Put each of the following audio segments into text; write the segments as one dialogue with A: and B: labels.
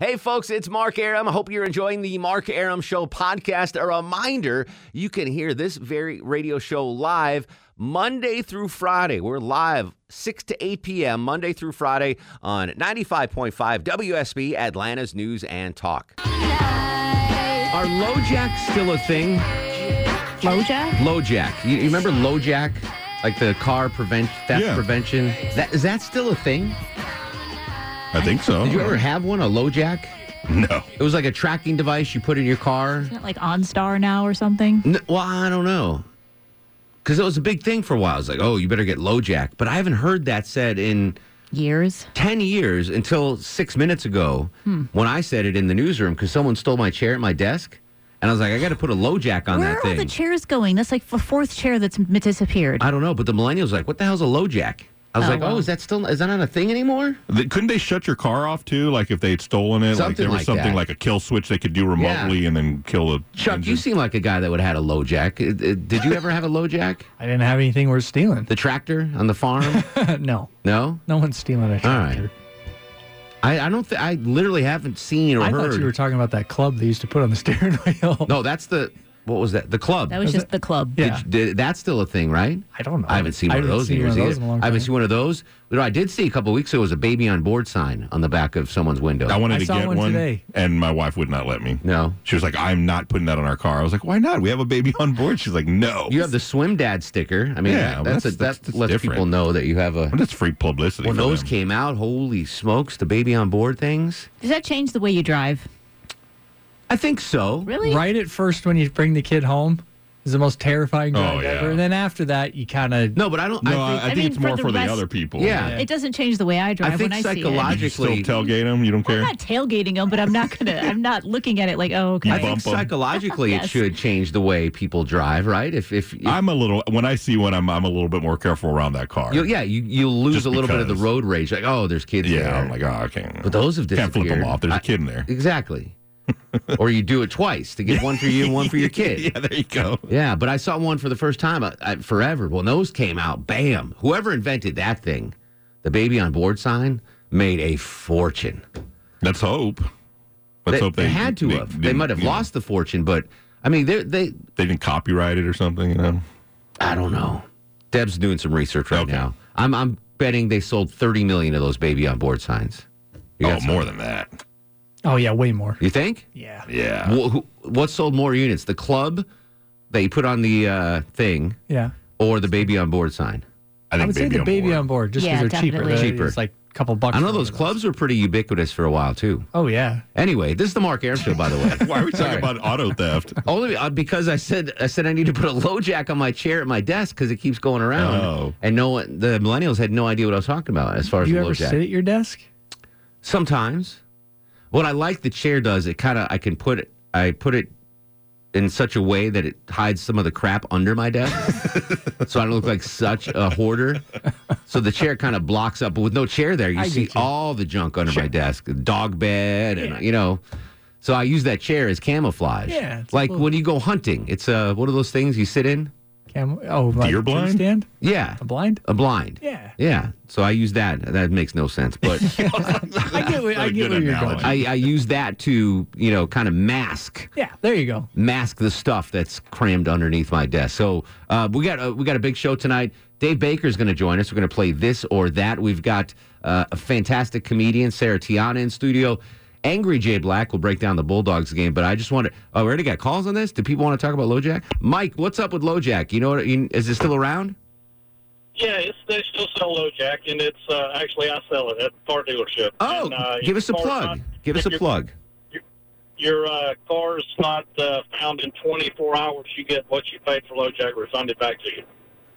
A: Hey, folks, it's Mark Aram. I hope you're enjoying the Mark Aram Show podcast. A reminder you can hear this very radio show live Monday through Friday. We're live 6 to 8 p.m., Monday through Friday on 95.5 WSB, Atlanta's News and Talk.
B: Are low jacks still a thing?
C: Moja?
B: Low jack. You, you remember low jack? Like the car prevent theft
D: Yeah.
B: prevention. That is that still a thing?
D: I think so.
B: Did you ever have one, a low jack?
D: No.
B: It was like a tracking device you put in your car.
C: Isn't it like OnStar now or something?
B: N well, I don't know. Because it was a big thing for a while. I was like, oh, you better get low jack. But I haven't heard that said in
C: Years. Hmm.
B: 10 years until six minutes ago when I said it in the newsroom because someone stole my chair at my desk. And I was like, I got to put a low jack on
C: Where
B: that
C: are
B: thing.
C: all the chairs going? That's like the fourth chair that's m- disappeared.
B: I don't know, but the millennials like, what the hell's a low jack? I was
C: Oh,
B: like, oh,
C: wow.
B: is that still is that not a thing anymore?
D: Th- Couldn't they shut your car off too? Like if they'd stolen it,
B: Something
D: like there was
B: like
D: something
B: that.
D: like a kill switch they could do remotely and then kill the
B: Chuck,
D: engine.
B: you seem like a guy that would have had a low jack. Uh, uh, Did you ever have a low jack?
E: I didn't have anything worth stealing.
B: The tractor on the farm?
E: no,
B: No,
E: no one's stealing a
B: right.
E: tractor.
B: I, I don't. Th- I literally haven't seen or
E: I
B: heard.
E: thought you were talking about that club they used to put on the steering wheel.
B: no, that's the what was that? The club.
C: that was just the club.
E: Yeah.
B: Did- that's still a thing, right?
E: I don't know.
B: I haven't seen
E: I
B: one of
E: haven't
B: those in
E: seen one
B: years
E: of those
B: either.
E: in a long
B: I haven't
E: time.
B: seen one of those. You know, I did see a couple weeks ago was a baby on board sign on the back of someone's window.
D: I wanted
E: I
D: to
E: saw
D: get
E: one
D: one,
E: today.
D: and my wife would not let me.
B: no,
D: She was like, "I'm not putting that on our car." I was like, "Why not? We have a baby on board." She's like, "No."
B: you have the swim dad sticker. I mean,
D: Yeah,
B: that-
D: well,
B: that's, a,
D: that's-
B: that
D: that's- that's
B: lets
D: different.
B: people know that you have a.
D: Well, that's free publicity.
B: When
D: for
B: those
D: them.
B: came out, holy smokes, the baby on board things.
C: Does that change the way you drive?
B: I think so.
C: Really?
E: Right at first, when you bring the kid home, is the most terrifying drive
D: Oh, yeah.
E: ever. And then after that, you kind of
B: No, but I don't.
D: no, I,
B: I think.
D: I think
C: mean,
D: it's
C: for
D: more
C: the
D: for the
C: rest-
D: other people.
B: Yeah.
C: It doesn't change the way I
B: I
C: drive when
B: think
C: I see it.
D: Did you still
B: psychologically.
D: tailgate them. You don't
C: I'm
D: care.
C: not tailgating them, but I'm not gonna. I'm not looking at it like, oh, okay.
D: You
B: I think
D: Bump 'em.
B: psychologically, it
C: Yes.
B: should change the way people drive, right? If if, if
D: I'm a little. When I see one, I'm I'm a little bit more careful around that car.
B: you, yeah, you you lose
D: Just
B: a little bit of the
D: because.
B: road rage, like oh, there's kids.
D: yeah.
B: there.
D: I'm like, oh, I can't.
B: but those have
D: can't
B: disappeared.
D: flip them off. There's a
B: I-
D: kid in there.
B: exactly. or you do it twice to get one for you and one for your kid.
D: yeah, there you go.
B: Yeah, but I saw one for the first time uh, uh, forever. When those came out, bam! Whoever invented that thing, the baby on board sign, made a fortune.
D: Let's hope. Let's
B: they,
D: hope they,
B: they had to have. They
D: didn't,
B: might have
D: you know,
B: lost the fortune, but I mean, they they
D: They didn't copyright it or something. You know.
B: I don't know. Deb's doing some research right
D: Okay.
B: now. I'm I'm betting they sold 30 million of those baby on board signs. You
D: Oh,
B: got some-
D: more than that.
E: oh yeah, way more.
B: You think?
E: Yeah,
D: Yeah.
B: Wh- who- what sold more units? The club that you put on the uh, thing,
E: yeah.
B: or the baby on board sign?
D: I
E: I
D: think
E: would say
D: baby
E: the
D: on
E: baby
D: board.
E: on board just
C: Yeah,
E: because they're cheaper.
C: definitely.
E: They're-
B: Cheaper.
E: It's like a couple bucks.
B: I know
E: for
B: those
E: one of
B: clubs were pretty ubiquitous for a while too.
E: Oh yeah.
B: Anyway, this is the Mark Aram show, by the way.
D: Why are we talking
B: Sorry.
D: about auto theft?
B: Only uh, because I said I said I need to put a low jack on my chair at my desk because it keeps going around,
D: Oh.
B: and no one the millennials had no idea what I was talking about as far as
E: Do you
B: the low
E: ever
B: jack.
E: sit at your desk?
B: Sometimes. What I like the chair does, it kind of I can put it I put it in such a way that it hides some of the crap under my desk, so I don't look like such a hoarder. So the chair kind of blocks up, but with no chair there, you
E: I
B: see
E: get you.
B: all the junk under my desk, the dog bed, and you know. So I use that chair as camouflage.
E: Yeah, it's a
B: like
E: little-
B: when you go hunting, it's uh, one of those things you sit in.
E: Cam- oh, like
D: Deer
E: a tree
D: blind?
E: stand?
B: Yeah,
E: A blind?
B: a blind.
E: Yeah.
B: yeah. So I use that. That makes no sense, but.
E: I get, where, I
D: That's a
E: get
D: good
E: where you're
D: analogy.
E: going.
B: I, I use that to, you know, kind of mask
E: yeah, there you go.
B: mask the stuff that's crammed underneath my desk. So uh, we got a, we got a big show tonight. Dave Baker's going to join us. We're going to play this or that. We've got uh, a fantastic comedian Sarah Tiana in studio. Angry Jay Black will break down the Bulldogs game, but I just want to. Oh, we already got calls on this. Do people want to talk about LoJack? Mike, what's up with LoJack? You know, what, you, is it still around?
F: Yeah, it's, they still sell low jack, and it's uh, actually I sell it at the car dealership.
B: Oh,
F: And, uh,
B: give us a
F: your car's
B: plug.
F: not-
B: Give us a
F: if your-
B: plug.
F: Your uh, car's not uh, found in 24 hours. You get what you paid for low jack refunded back to you.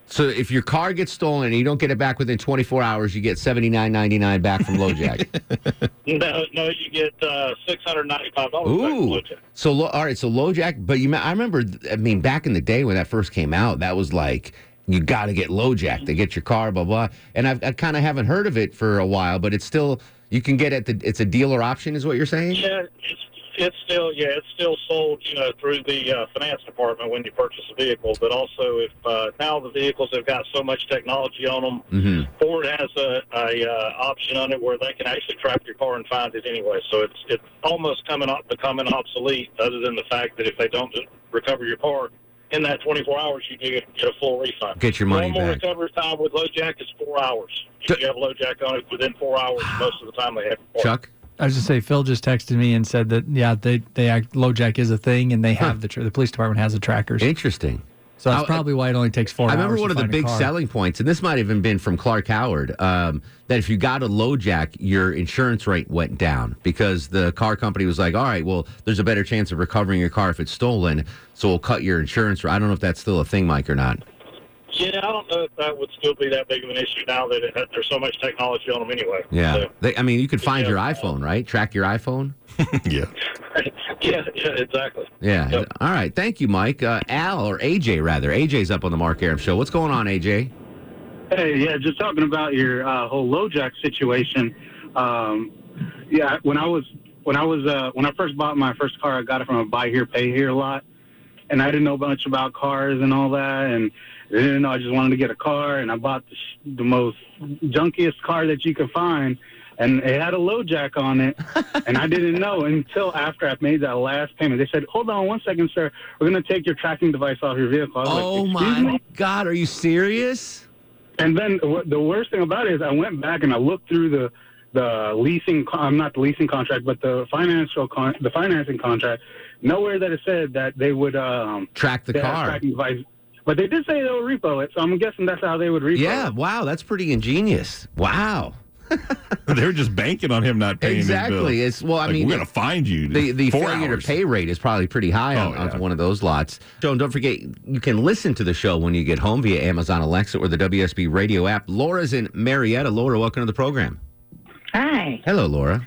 B: So if your car gets stolen and you don't get it back within 24 hours, you get 79.99 back from LoJack.
F: No, no, you get uh, six hundred ninety-five dollars.
B: Ooh. So lo- all right, so LoJack, but you ma- I remember I mean back in the day when that first came out, that was like you got to get LoJack to get your car blah blah. And I've, I kind of haven't heard of it for a while, but it's still you can get it at the it's a dealer option is what you're saying?
F: Yeah, it's it's still yeah, it's still sold you know through the uh, finance department when you purchase a vehicle. But also, if uh, now the vehicles have got so much technology on them,
B: Mhm.
F: Ford has a, a uh, option on it where they can actually track your car and find it anyway. So it's it's almost coming up becoming obsolete, other than the fact that if they don't recover your car in that 24 hours, you do get, get a full refund.
B: Get your money
F: Normal
B: back.
F: recovery time with LoJack is four hours. If you have LoJack on it within four hours, most of the time they have. your car.
B: Chuck?
E: I was just say Phil just texted me and said that yeah they they act LoJack is a thing and they have the tr the police department has the trackers.
B: Interesting.
E: so that's
B: I-
E: probably why it only takes four.
B: I remember
E: hours
B: one
E: to
B: of the
E: find a
B: big
E: car.
B: selling points, and this might have even been from Clark Howard, um, that if you got a low jack, your insurance rate went down because the car company was like, all right, well, there's a better chance of recovering your car if it's stolen, so we'll cut your insurance. rate." I don't know if that's still a thing, Mike, or not.
F: Yeah, I don't know if that would still be that big of an issue now that, it, that there's so much technology on them anyway. So, uh,
B: They, I mean, you could find your
F: Yeah.
B: iPhone, right? Track your iPhone?
D: yeah.
F: yeah, yeah, exactly.
B: Yeah.
F: Yep.
B: All right. Thank you, Mike. Uh, Al, or AJ, rather. AJ's up on the Mark Aram Show. What's going on, AJ?
G: Hey, yeah, just talking about your uh, whole LoJack situation. Um, yeah, when I was when I was uh, when I first bought my first car, I got it from a buy here pay here lot, and I didn't know much about cars and all that, and I didn't know I just wanted to get a car, and I bought the, sh- the most junkiest car that you could find. And it had a LoJack on it, and I didn't know until after I made that last payment. They said, "Hold on one second, sir. We're going to take your tracking device off your vehicle." I was
B: Oh,
G: like, "Excuse
B: my
G: me?"
B: God. Are you serious?
G: And then what, the worst thing about it is I went back and I looked through the the leasing con- I'm not the leasing contract but the financial con- the financing contract nowhere that it said that they would um
B: Track the
G: they had
B: car.
G: tracking device. but they did say they would repo it so I'm guessing that's how they would repo
B: Yeah.
G: it.
B: Wow. That's pretty ingenious. Wow.
D: They were just banking on him not paying his bill.
B: Exactly. It's well. I
D: Like,
B: mean,
D: we're gonna find you.
B: the the
D: four
B: failure
D: hours.
B: to pay rate is probably pretty high
D: Oh,
B: on,
D: yeah.
B: on one of those lots. Joan, don't forget you can listen to the show when you get home via Amazon Alexa or the WSB Radio app. Laura's in Marietta. Laura, welcome to the program.
H: Hi.
B: Hello, Laura.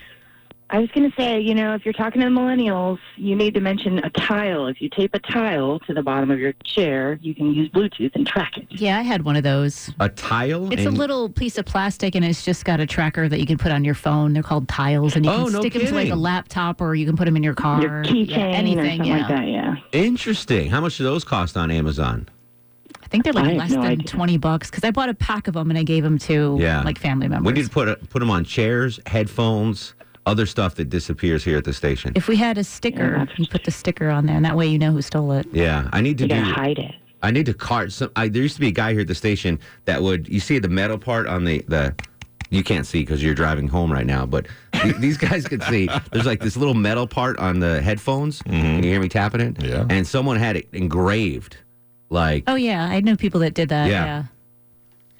H: I was going to say, you know, if you're talking to the millennials, you need to mention a tile. If you tape a tile to the bottom of your chair, you can use Bluetooth and track it.
C: Yeah, I had one of those.
B: A tile.
C: It's a
B: and-
C: little piece of plastic, and it's just got a tracker that you can put on your phone. They're called tiles, and you
B: Oh,
C: can
B: no
C: stick them to like a
B: kidding.
C: laptop, or you can put them in your car,
H: your
C: Yeah,
H: keychain or
C: anything.
H: something
C: yeah,
H: like that, yeah.
B: interesting. How much do those cost on Amazon?
C: I think they're
H: I
C: like
H: have
C: less
H: no
C: than
H: idea.
C: twenty bucks because I bought a pack of them and I gave them to
B: Yeah.
C: like family members.
B: We need to put a, put them on chairs, headphones, other stuff that disappears here at the station.
C: if we had a sticker,
H: Yeah, that's-
C: you put the sticker on there, and that way you know who stole it.
B: yeah, I need to
H: You
B: do.
H: got to hide it.
B: I need to cart some. I, there used to be a guy here at the station that would. You see the metal part on the the. You can't see because you're driving home right now, but th- these guys could see. There's like this little metal part on the headphones. Can you hear me tapping it?
D: Yeah.
B: And someone had it engraved, like,
C: Oh yeah, I know people that did that.
B: Yeah.
C: Yeah,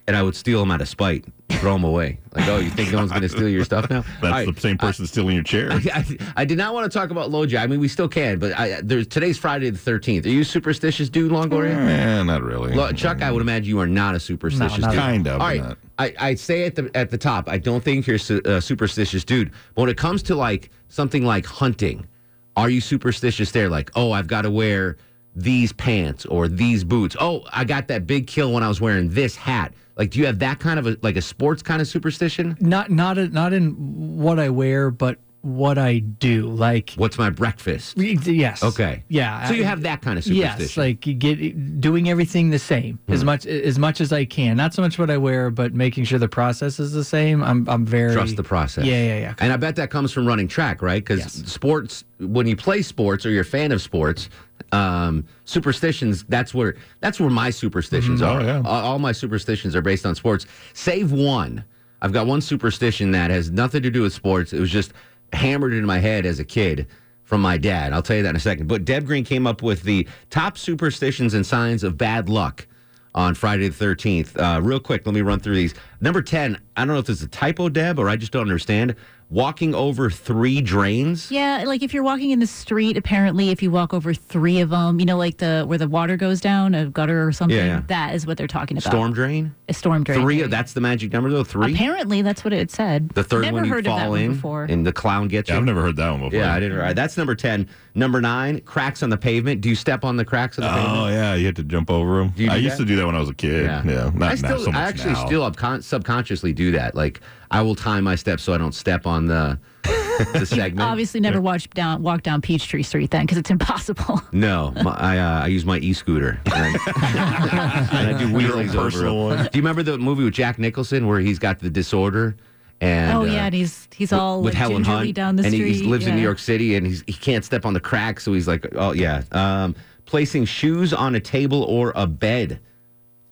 B: and I would steal them out of spite, throw them away. Like, oh, you think no one's going to steal your stuff now?
D: That's the same person still in your chair.
B: I, I did not want to talk about Loja. I mean, we still can, but I, there's today's Friday the 13th. Are you a superstitious, dude, Longoria?
D: Eh, not really.
B: Lo- Chuck, I would imagine you are not a superstitious
E: No, not
B: dude.
D: at all. Kind of,
B: All right.
D: but not.
B: I, I say at the at the top, I don't think you're su- a superstitious dude. But when it comes to like something like hunting, are you superstitious there? Like, oh, I've got to wear these pants or these boots. Oh, I got that big kill when I was wearing this hat. Like, do you have that kind of a like a sports kind of superstition?
E: Not not not in what I wear, but what I do. Like
B: What's my breakfast?
E: yes.
B: Okay.
E: Yeah.
B: So you
E: I-
B: have that kind of superstition. Hmm.
E: Yes, like you get doing everything the same as much as much as I can. Not so much what I wear, but making sure the process is the same. I'm I'm very
B: trust the process.
E: Yeah, yeah, yeah.
B: And I bet that comes from running track, right? Because
E: Yes.
B: sports, when you play sports or you're a fan of sports, um, superstitions. That's where that's where my superstitions
E: Mm-hmm.
B: are.
D: yeah.
B: A- All my superstitions are based on sports, save one. I've got one superstition that has nothing to do with sports. It was just hammered into my head as a kid from my dad. I'll tell you that in a second. But Deb Green came up with the top superstitions and signs of bad luck on Friday the 13th. Uh, real quick, let me run through these. Number 10, I don't know if this is a typo, Deb, or I just don't understand. Walking over three drains.
C: Yeah, like if you're walking in the street, apparently, if you walk over three of them, you know, like the where the water goes down, a gutter or something,
B: Yeah, yeah.
C: that is what they're talking about.
B: Storm drain.
C: A storm drain.
B: Three.
C: there you
B: That's the magic number, though. Three.
C: Apparently, that's what it said.
B: The third
C: Never
B: one you
C: heard
B: fall
C: of that
B: in
C: one before.
B: and the clown gets you.
D: Yeah, I've never heard that one before.
B: yeah, I didn't. Right. That's number ten. Number nine. Cracks on the pavement. Do you step on the cracks on the pavement?
D: Oh yeah, you had to jump over them.
B: Do you do
D: I used
B: that?
D: to do that when I was a kid. Yeah, not
B: I still,
D: now so much
B: I actually
D: now.
B: still upcon- subconsciously do that. Like I will time my steps so I don't step on the the segment.
C: Obviously, never watched down walk down Peachtree Street then, because it's impossible.
B: No, my, I uh, I use my e scooter. And, I- and I do wheelies
D: Your
B: over.
D: personal one.
B: them. Do you remember the movie with Jack Nicholson where he's got the disorder? And
C: oh
B: uh,
C: yeah, and he's he's
B: with-
C: all Oh,
B: with
C: like,
B: Helen
C: gingerly
B: Hunt,
C: down the
B: and he-
C: street.
B: he lives in
C: yeah.
B: New York City, and he's he can't step on the crack, so he's like, oh yeah, um, placing shoes on a table or a bed.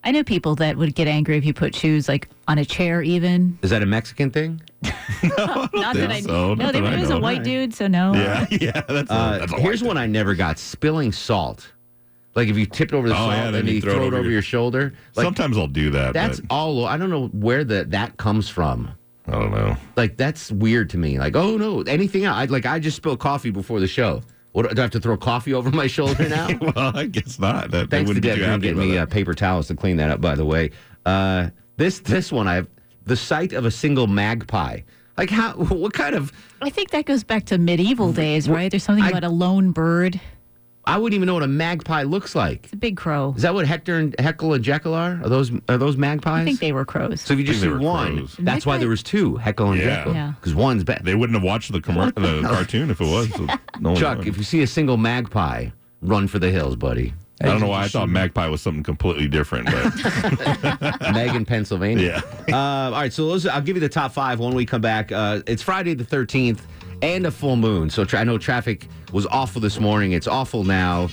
C: I know people that would get angry if you put shoes like on a chair, even.
B: Is that a Mexican thing?
C: Not
D: think
C: that I no,
D: so, not
C: they,
D: that I
C: it was a
D: know.
C: white dude, so no.
D: Yeah, yeah. That's, a,
B: Uh,
D: that's a
B: here's
D: white
B: one I never got: spilling salt. Like if you tipped over the
D: Oh,
B: salt
D: yeah,
B: and
D: then
B: you, throw, it over your,
D: your-
B: shoulder. Like
D: Sometimes I'll do that.
B: that's
D: but
B: all. I don't know where the that comes from.
D: I don't know.
B: Like that's weird to me. Like oh no, anything else? I, like I just spilled coffee before the show. What do I have to throw coffee over my shoulder now?
D: well, I guess not. That, they
B: Thanks to
D: wouldn't be
B: Deb
D: too
B: for
D: happy
B: getting
D: about
B: me
D: that.
B: uh, paper towels to clean that up. By the way, uh, this this one I have the sight of a single magpie. Like how? What kind of?
C: I think that goes back to medieval days, right? There's something
B: I-
C: about a lone bird.
B: I wouldn't even know what a magpie looks like.
C: It's a big crow.
B: Is that what Hector and Heckle and Jekyll are? Are those are those magpies?
C: I think they were crows.
B: so if you just
D: I think
B: see
D: they were
B: one,
D: crows.
B: that's why
C: Magpie-
B: there was two Heckle and
D: Yeah.
B: Jekyll.
C: Yeah.
B: Because one's bad.
D: They wouldn't have watched the commer- the cartoon if it was. so no one
B: Chuck,
D: would.
B: if you see a single magpie, run for the hills, buddy.
D: I don't know why I thought magpie was something completely different, but
B: Meg in Pennsylvania.
D: yeah.
B: Uh, all right, so those I'll give you the top five when we come back. Uh, it's Friday the thirteenth and a full moon, so tra- I know traffic was awful this morning. It's awful now.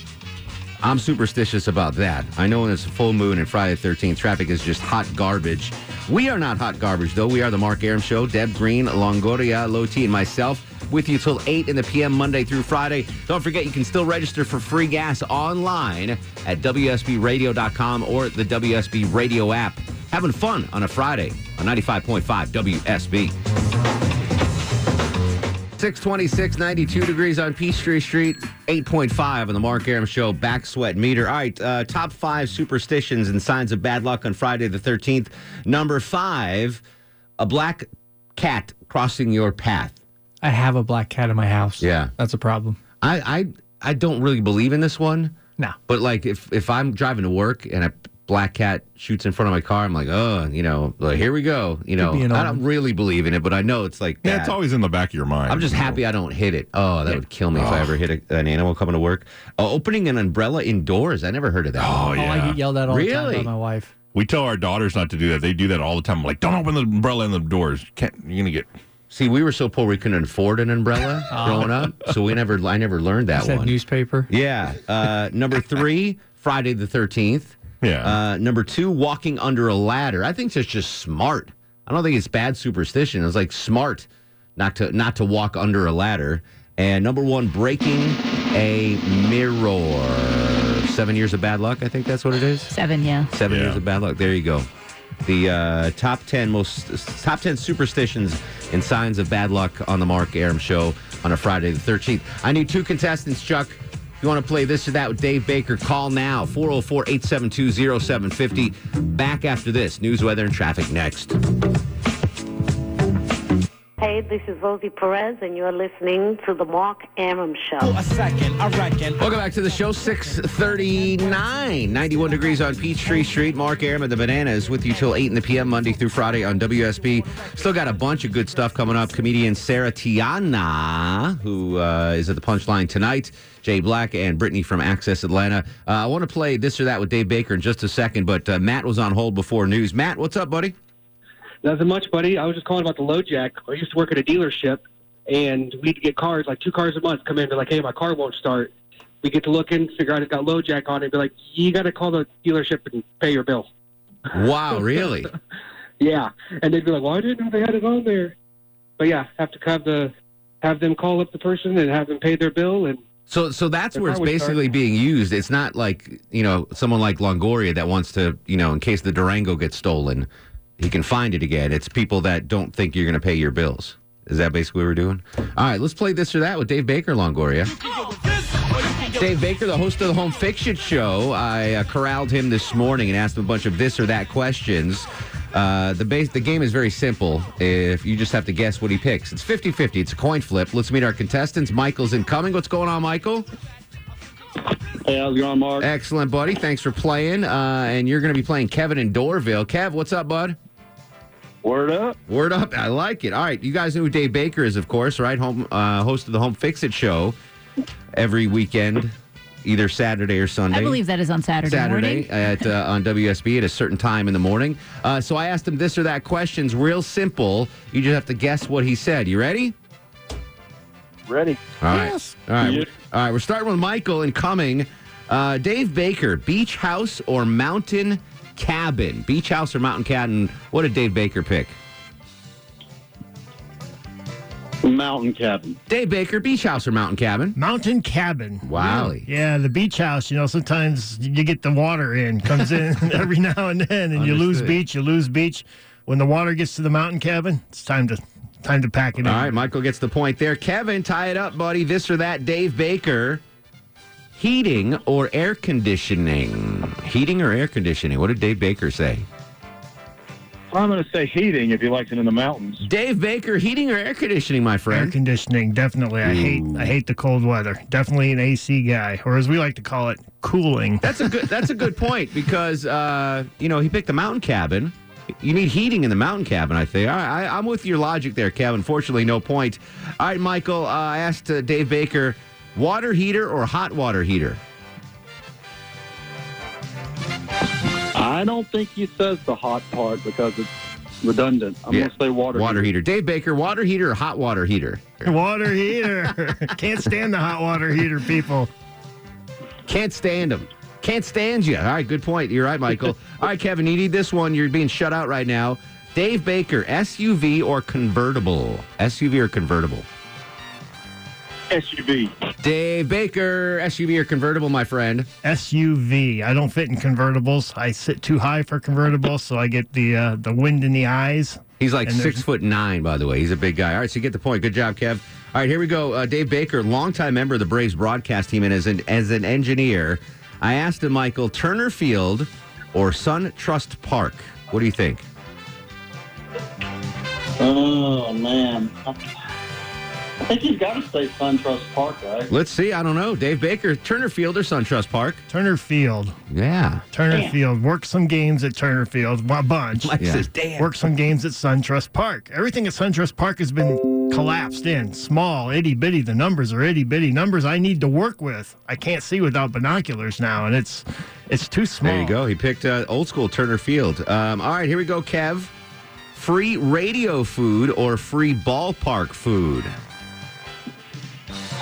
B: I'm superstitious about that. I know when it's a full moon and Friday the thirteenth, traffic is just hot garbage. We are not hot garbage though. We are the Mark Aram Show. Deb Green, Longoria, Loti, and myself with you till 8 in the PM Monday through Friday. Don't forget you can still register for free gas online at WSBradio.com or the WSB Radio app having fun on a Friday on 95.5 WSB. 626, 92 degrees on Peachtree Street, 8.5 on the Mark Aram Show back sweat meter. All right, uh, top five superstitions and signs of bad luck on Friday the 13th. Number five, a black cat crossing your path.
E: I have a black cat in my house.
B: Yeah.
E: That's a problem.
B: I, I, I don't really believe in this one.
E: No.
B: But like if if I'm driving to work and a black cat shoots in front of my car, I'm like, oh, you know, like, here we go. You know,
E: be an
B: I
E: omen.
B: don't really believe in it, but I know it's like
D: Yeah,
B: that.
D: it's always in the back of your mind.
B: I'm just
D: you know.
B: happy I don't hit it. Oh, that would kill me if I ever hit a, an animal coming to work. Uh, opening an umbrella indoors. I never heard of that.
D: Oh
E: Oh, I
D: yeah.
E: get yelled at all the
B: Really?
E: time by my wife.
D: we tell our daughters not to do that. They do that all the time. I'm like, don't open the umbrella in the doors. Can't, you're gonna get.
B: See, we were so poor we couldn't afford an umbrella
E: Ah.
B: growing up, so we never. I never learned that
E: Is that
B: one.
E: newspaper?
B: Yeah. Uh, number three, Friday the 13th.
D: Yeah.
B: Uh, number two, walking under a ladder. I think that's just smart. I don't think it's bad superstition. It's like smart not to not to walk under a ladder. And number one, breaking a mirror. Seven years of bad luck. I think that's what it is.
C: Seven, yeah.
B: Seven
D: Yeah.
B: years of bad luck. There you go. The uh, top ten most top ten superstitions and signs of bad luck on the Mark Aram Show on a Friday the thirteenth. I need two contestants, Chuck. If you want to play this or that with Dave Baker, call now 404-872-0750. Back after this. News, weather, and traffic next.
I: Hey, this is Rosie Perez, and you're listening to The Mark Aram Show.
B: Welcome back to the show. 639, 91 degrees on Peachtree Street. Mark Aram at the Bananas with you till 8 in the p.m. Monday through Friday on WSB. Still got a bunch of good stuff coming up. Comedian Sarah Tiana, who uh, is at the Punchline tonight. Jay Black and Brittany from Access Atlanta. Uh, I want to play this or that with Dave Baker in just a second, but uh, Matt was on hold before news. Matt, what's up, buddy?
J: Nothing much, buddy. I was just calling about the low jack. I used to work at a dealership, and we'd get cars, like two cars a month, come in and be like, hey, my car won't start. We get to look in, figure out it's got low jack on it, and be like, you got to call the dealership and pay your bill.
B: Wow, really?
J: Yeah. And they'd be like, well, I didn't know they had it on there. But yeah, have to have the have them call up the person and have them pay their bill and
B: So, so that's
J: If
B: where
J: I
B: it's
J: would
B: basically
J: start-
B: being used. It's not like you know someone like Longoria that wants to you know in case the Durango gets stolen, he he can find it again. It's people that don't think you're going to pay your bills. Is that basically what we're doing? All right, let's play this or that with Dave Baker Longoria. Dave Baker, the host of the Home Fiction Show, I uh, corralled him this morning and asked him a bunch of this or that questions. Uh, the base, the game is very simple. If you just have to guess what he picks, it's 50-50. It's a coin flip. Let's meet our contestants. Michael's incoming. What's going on, Michael?
J: Hey, how's it going, Mark?
B: Excellent, buddy. Thanks for playing. Uh, and you're going to be playing Kevin in Dorville. Kev, what's up, bud?
J: Word up.
B: Word up. I like it. All right. You guys know who Dave Baker is, of course, right? Home uh, Host of the Home Fix It show every weekend, either Saturday or Sunday.
C: I believe that is on Saturday, morning.
B: at uh, on WSB at a certain time in the morning. Uh, so I asked him this or that questions, real simple. You just have to guess what he said. You ready?
J: Ready.
B: All right. All right. We're- All right. We're starting with Michael and coming. Uh, Dave Baker, beach house or mountain cabin? Beach house or mountain cabin? What did Dave Baker pick?
J: Mountain cabin.
B: Dave Baker, beach house or mountain cabin?
K: Mountain cabin.
B: Wowly.
K: Yeah, the beach house. You know, sometimes you get the water in, comes in every now and then, and you lose
B: Understood.
K: beach, you lose beach. When the water gets to the mountain cabin, it's time to time to pack it
B: All
K: in.
B: right, Michael gets the point there. Kevin, tie it up, buddy. This or that, Dave Baker. Heating or air conditioning? Heating or air conditioning? What did Dave Baker say?
F: I'm going to say heating if he likes it in the mountains.
B: Dave Baker, heating or air conditioning, my
K: Air
B: friend?
K: conditioning, definitely. I hate I hate the cold weather. Definitely an AC guy, or as we like to call it, cooling.
B: That's a good. That's a good point because uh, you know he picked the mountain cabin. You need heating in the mountain cabin, I think. All right, I, I'm with your logic there, Kevin. Fortunately, no point. All right, Michael. Uh, I asked uh, Dave Baker, water heater or hot water heater?
J: I don't think he says the hot part because it's redundant. I'm
B: Yeah.
J: going to say water.
B: Water heater. Dave Baker, water heater or hot water heater?
K: Water heater. Can't stand the hot water heater people.
B: Can't stand him. Can't stand you. All right, good point. You're right, Michael. All right, Kevin, you need this one. You're being shut out right now. Dave Baker, SUV or convertible? SUV or convertible?
F: SUV.
B: Dave Baker, SUV or convertible, my friend?
K: SUV. I don't fit in convertibles. I sit too high for convertibles, so I get the uh, the wind in the eyes.
B: He's like
K: And there's-
B: six foot nine, by the way. He's a big guy. All right, so you get the point. Good job, Kev. All right, here we go. Uh, Dave Baker, longtime member of the Braves broadcast team, and as an as an engineer, I asked him, Michael, Turner Field or Sun Trust Park? What do you think?
J: Oh, man. I think he's got to say SunTrust Park, right?
B: Let's see. I don't know. Dave Baker, Turner Field or Sun Trust Park?
K: Turner Field.
B: Yeah.
K: Turner
J: Damn.
K: Field. Work some games at Turner Field. A bunch.
B: Mike Yeah. says, damn.
K: Work some games at SunTrust Park. Everything at SunTrust Park has been collapsed in. Small, itty bitty. The numbers are itty bitty. Numbers I need to work with. I can't see without binoculars now, and it's it's too small.
B: There you go. He picked uh, old school Turner Field. Um, all right, here we go, Kev. Free radio food or free ballpark food?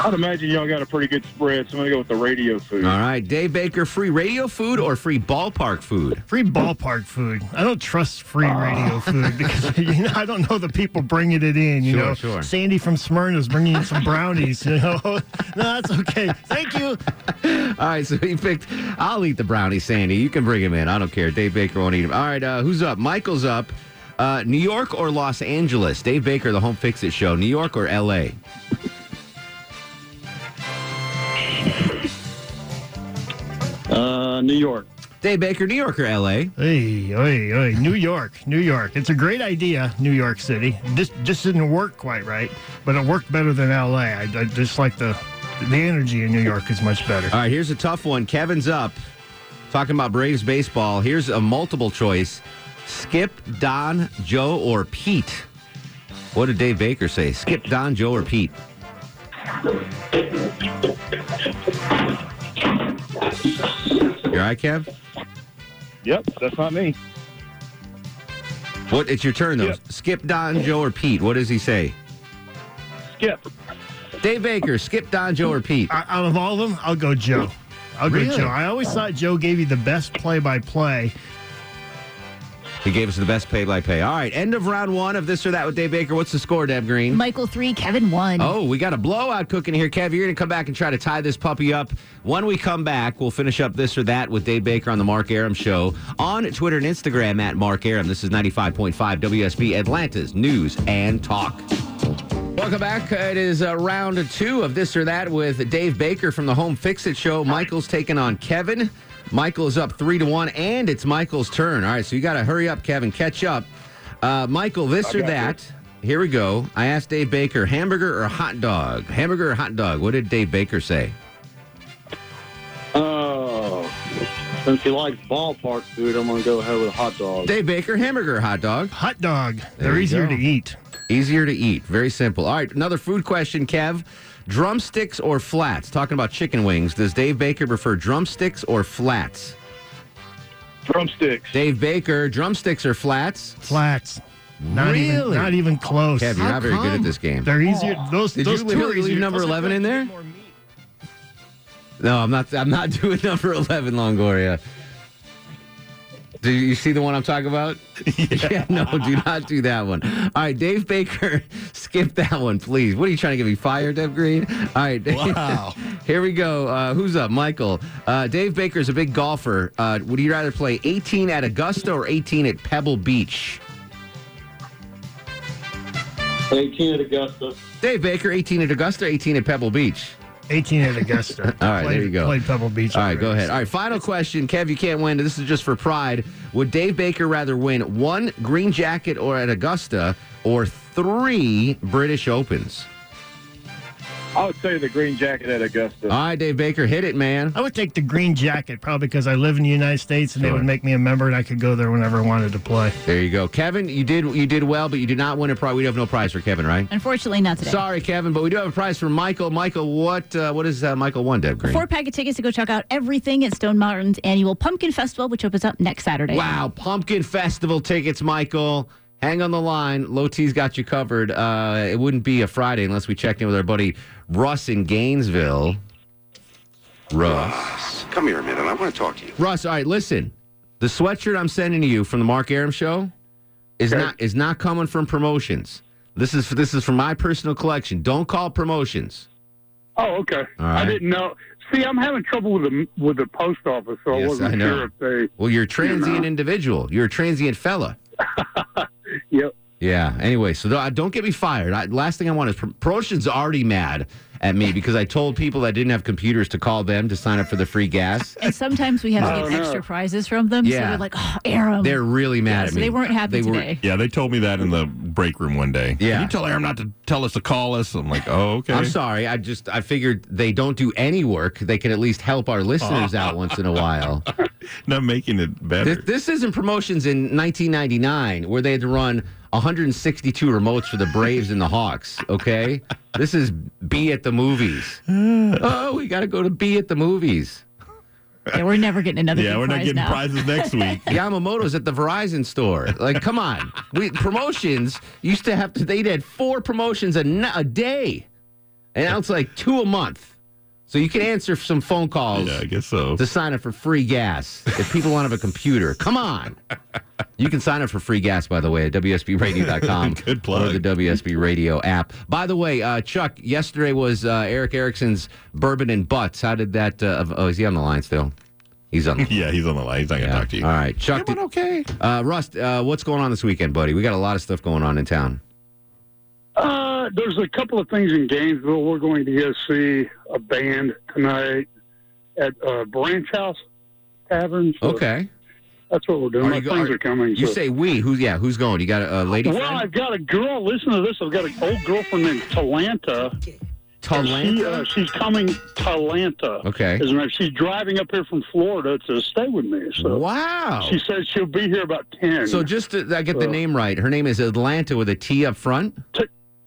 F: I'd imagine y'all got a pretty good spread, so I'm going to go with the radio food.
B: All right, Dave Baker, free radio food or free ballpark food?
K: Free ballpark food. I don't trust free
B: Ah.
K: radio food because you know, I don't know the people bringing it in. You
B: Sure,
K: know,
B: sure.
K: Sandy from Smyrna's bringing in some brownies. You know, no, that's okay. Thank you.
B: All right, so he picked, I'll eat the brownie, Sandy. You can bring him in. I don't care. Dave Baker won't eat him. All right, uh, who's up? Michael's up. Uh, New York or Los Angeles? Dave Baker, the Home Fix It Show. New York or LA?
J: Uh, New York.
B: Dave Baker, New York or LA?
K: Hey, oi, oi, New York, New York. It's a great idea, New York City. This just didn't work quite right, but it worked better than L.A. I, I just like the the energy in New York is much better.
B: All right, here's a tough one. Kevin's up. Talking about Braves baseball. Here's a multiple choice. Skip, Don, Joe, or Pete? What did Dave Baker say? Skip, Don, Joe, or Pete? You all right, Kev?
F: Yep, that's not me.
B: What? It's your turn, though.
F: Yep.
B: Skip, Don, Joe, or Pete? What does he say?
F: Skip.
B: Dave Baker, Skip, Don, Joe, or Pete?
K: I, out of all of them, I'll go Joe. I'll
B: Really?
K: go Joe. I always thought Joe gave you the best play-by-play.
B: He gave us the best pay by pay. All right, end of round one of this or that with Dave Baker. What's the score, Deb Green?
C: Michael three, Kevin one.
B: Oh, we got a blowout cooking here, Kev. You're going to come back and try to tie this puppy up. When we come back, we'll finish up this or that with Dave Baker on the Mark Aram Show on Twitter and Instagram at Mark Aram. This is 95.5 WSB Atlanta's news and talk. Welcome back. It is uh, round two of this or that with Dave Baker from the Home Fix It Show. Michael's taking on Kevin. Michael is up three to one, and it's Michael's turn. All right, so you got to hurry up, Kevin. Catch up. Uh, Michael, this
L: I
B: or
L: got
B: that. Here we go. I asked Dave Baker, hamburger or hot dog? Hamburger or hot dog? What did Dave Baker say?
L: Oh, since you like ballpark food, I'm gonna go ahead with a hot dog.
B: Dave Baker, hamburger or hot dog?
K: Hot dog.
L: They're easier to
K: eat.
B: Easier to eat. Very simple. All right, another food question, Kev. Drumsticks or flats? Talking about chicken wings. Does Dave Baker prefer drumsticks or flats?
L: Drumsticks.
B: Dave Baker, drumsticks or flats?
K: Flats. Not
B: really?
K: even, not even close.
B: Kev, you're not very good at this game.
K: They're easier. Those,
B: Did
K: those
B: you
K: two are
B: really leave
K: easier.
B: number
K: Those are
B: 11 in
K: good.
B: there? No, I'm not. I'm not doing number eleven, Longoria. Do you see the one I'm talking about? Yeah. no, do not do that one. All right, Dave Baker, skip that one, please. What are you trying to get me fired, Deb Green? All right.
M: Wow.
B: Here we go. Uh, who's up? Michael. Uh, Dave Baker's a big golfer. Uh, would you rather play 18 at Augusta or 18 at Pebble Beach?
L: 18 at Augusta.
B: Dave Baker, 18 at Augusta, 18 at Pebble Beach.
K: 18 at Augusta.
B: All right,
K: Played-
B: there you go.
K: Played Pebble Beach.
B: All right, go ahead. All right, final question. Kev, you can't win. This is just for pride. Would Dave Baker rather win one green jacket or at Augusta or three British Opens?
L: I would say the green jacket at Augusta.
B: All right, Dave Baker, hit it, man.
K: I would take the green jacket probably because I live in the United States and they would make me a member and I could go there whenever I wanted to play.
B: There you go. Kevin, you did you did well, but you did not win a prize. We have no prize for Kevin, right?
C: Unfortunately, not today.
B: Sorry, Kevin, but we do have a prize for Michael. Michael, what uh, what is uh, Michael won, Deb Green?
C: Four pack of tickets to go check out everything at Stone Mountain's annual Pumpkin Festival, which opens up next Saturday.
B: Wow, pumpkin festival tickets, Michael. Hang on the line. Low T's got you covered. Uh, it wouldn't be a Friday unless we checked in with our buddy Russ in Gainesville. Russ.
N: Come here a minute. I want to talk to you.
B: Russ, all right, listen. The sweatshirt I'm sending to you from the Mark Aram show is not is not coming from promotions. This is this is from my personal collection. Don't call promotions.
O: Oh, okay.
B: All right.
O: I didn't know. See, I'm having trouble with the with the post office, so I
B: Yes,
O: wasn't
B: I know.
O: sure if they.
B: Well, you're a transient
O: You know.
B: individual. You're a transient fella.
O: Yep.
B: Yeah. Anyway, so don't- don't get me fired. I, last thing I want is pro- promotion's already mad at me because I told people I didn't have computers to call them to sign up for the free gas.
C: And sometimes we have to
B: Oh,
C: get
B: no.
C: extra prizes from them. So
B: Yeah.
C: they're like, oh, Aram.
B: They're really mad
C: Yeah,
B: at
C: so
B: me.
C: they weren't happy
B: They were-
C: today.
D: Yeah, they told me that in the break room one day.
B: Yeah.
D: Can you tell Aaron not to tell us to call us? I'm like, oh, okay.
B: I'm sorry. I just I figured they don't do any work. They can at least help our listeners out once in a while.
D: Not making it better.
B: This, this isn't promotions in 1999 where they had to run 162 remotes for the Braves and the Hawks. Okay, this is B at the movies. oh, we got to go to B at the movies.
C: Yeah, we're never getting another. big prize now.
B: Yamamoto's at the Verizon store. Like, come on. We promotions used to have to. They had four promotions a, ni- a day, and now it's like two a month. So you can answer some phone calls. Yeah, I
D: guess so.
B: To sign up for free gas, if people want to have a computer, come on. You can sign up for free gas, by the way, at WSBRadio.com Good plug. or the WSB Radio app. By the way, uh, Chuck, yesterday was uh, Eric Erickson's Bourbon and Butts. How did that? Uh, oh, is he on the line still? He's on. The
D: yeah, he's on the line. He's not gonna talk to you.
B: All right, Chuck. did-
D: okay.
B: uh, Rust, uh, what's going on this weekend, buddy? We got a lot of stuff going on in town.
O: Uh, there's a couple of things in Gainesville. We're going to go see a band tonight at uh, Branch House Tavern. so
B: Okay.
O: That's what we're doing. My
B: you,
O: friends are, coming.
B: you
O: so-
B: say we? Who's yeah? Who's going? You got a, a lady?
O: Well,
B: friend?
O: I've got a girl. Listen to this. I've got an old girlfriend named Talanta.
B: Talanta?
O: She, uh, she's coming. Talanta.
B: Okay.
O: Is her name. She's driving up here from Florida to stay with me. So
B: Wow.
O: She says she'll be here about ten.
B: So just to, I get the
O: Uh,
B: name right. Her name is Atlanta with a T up front.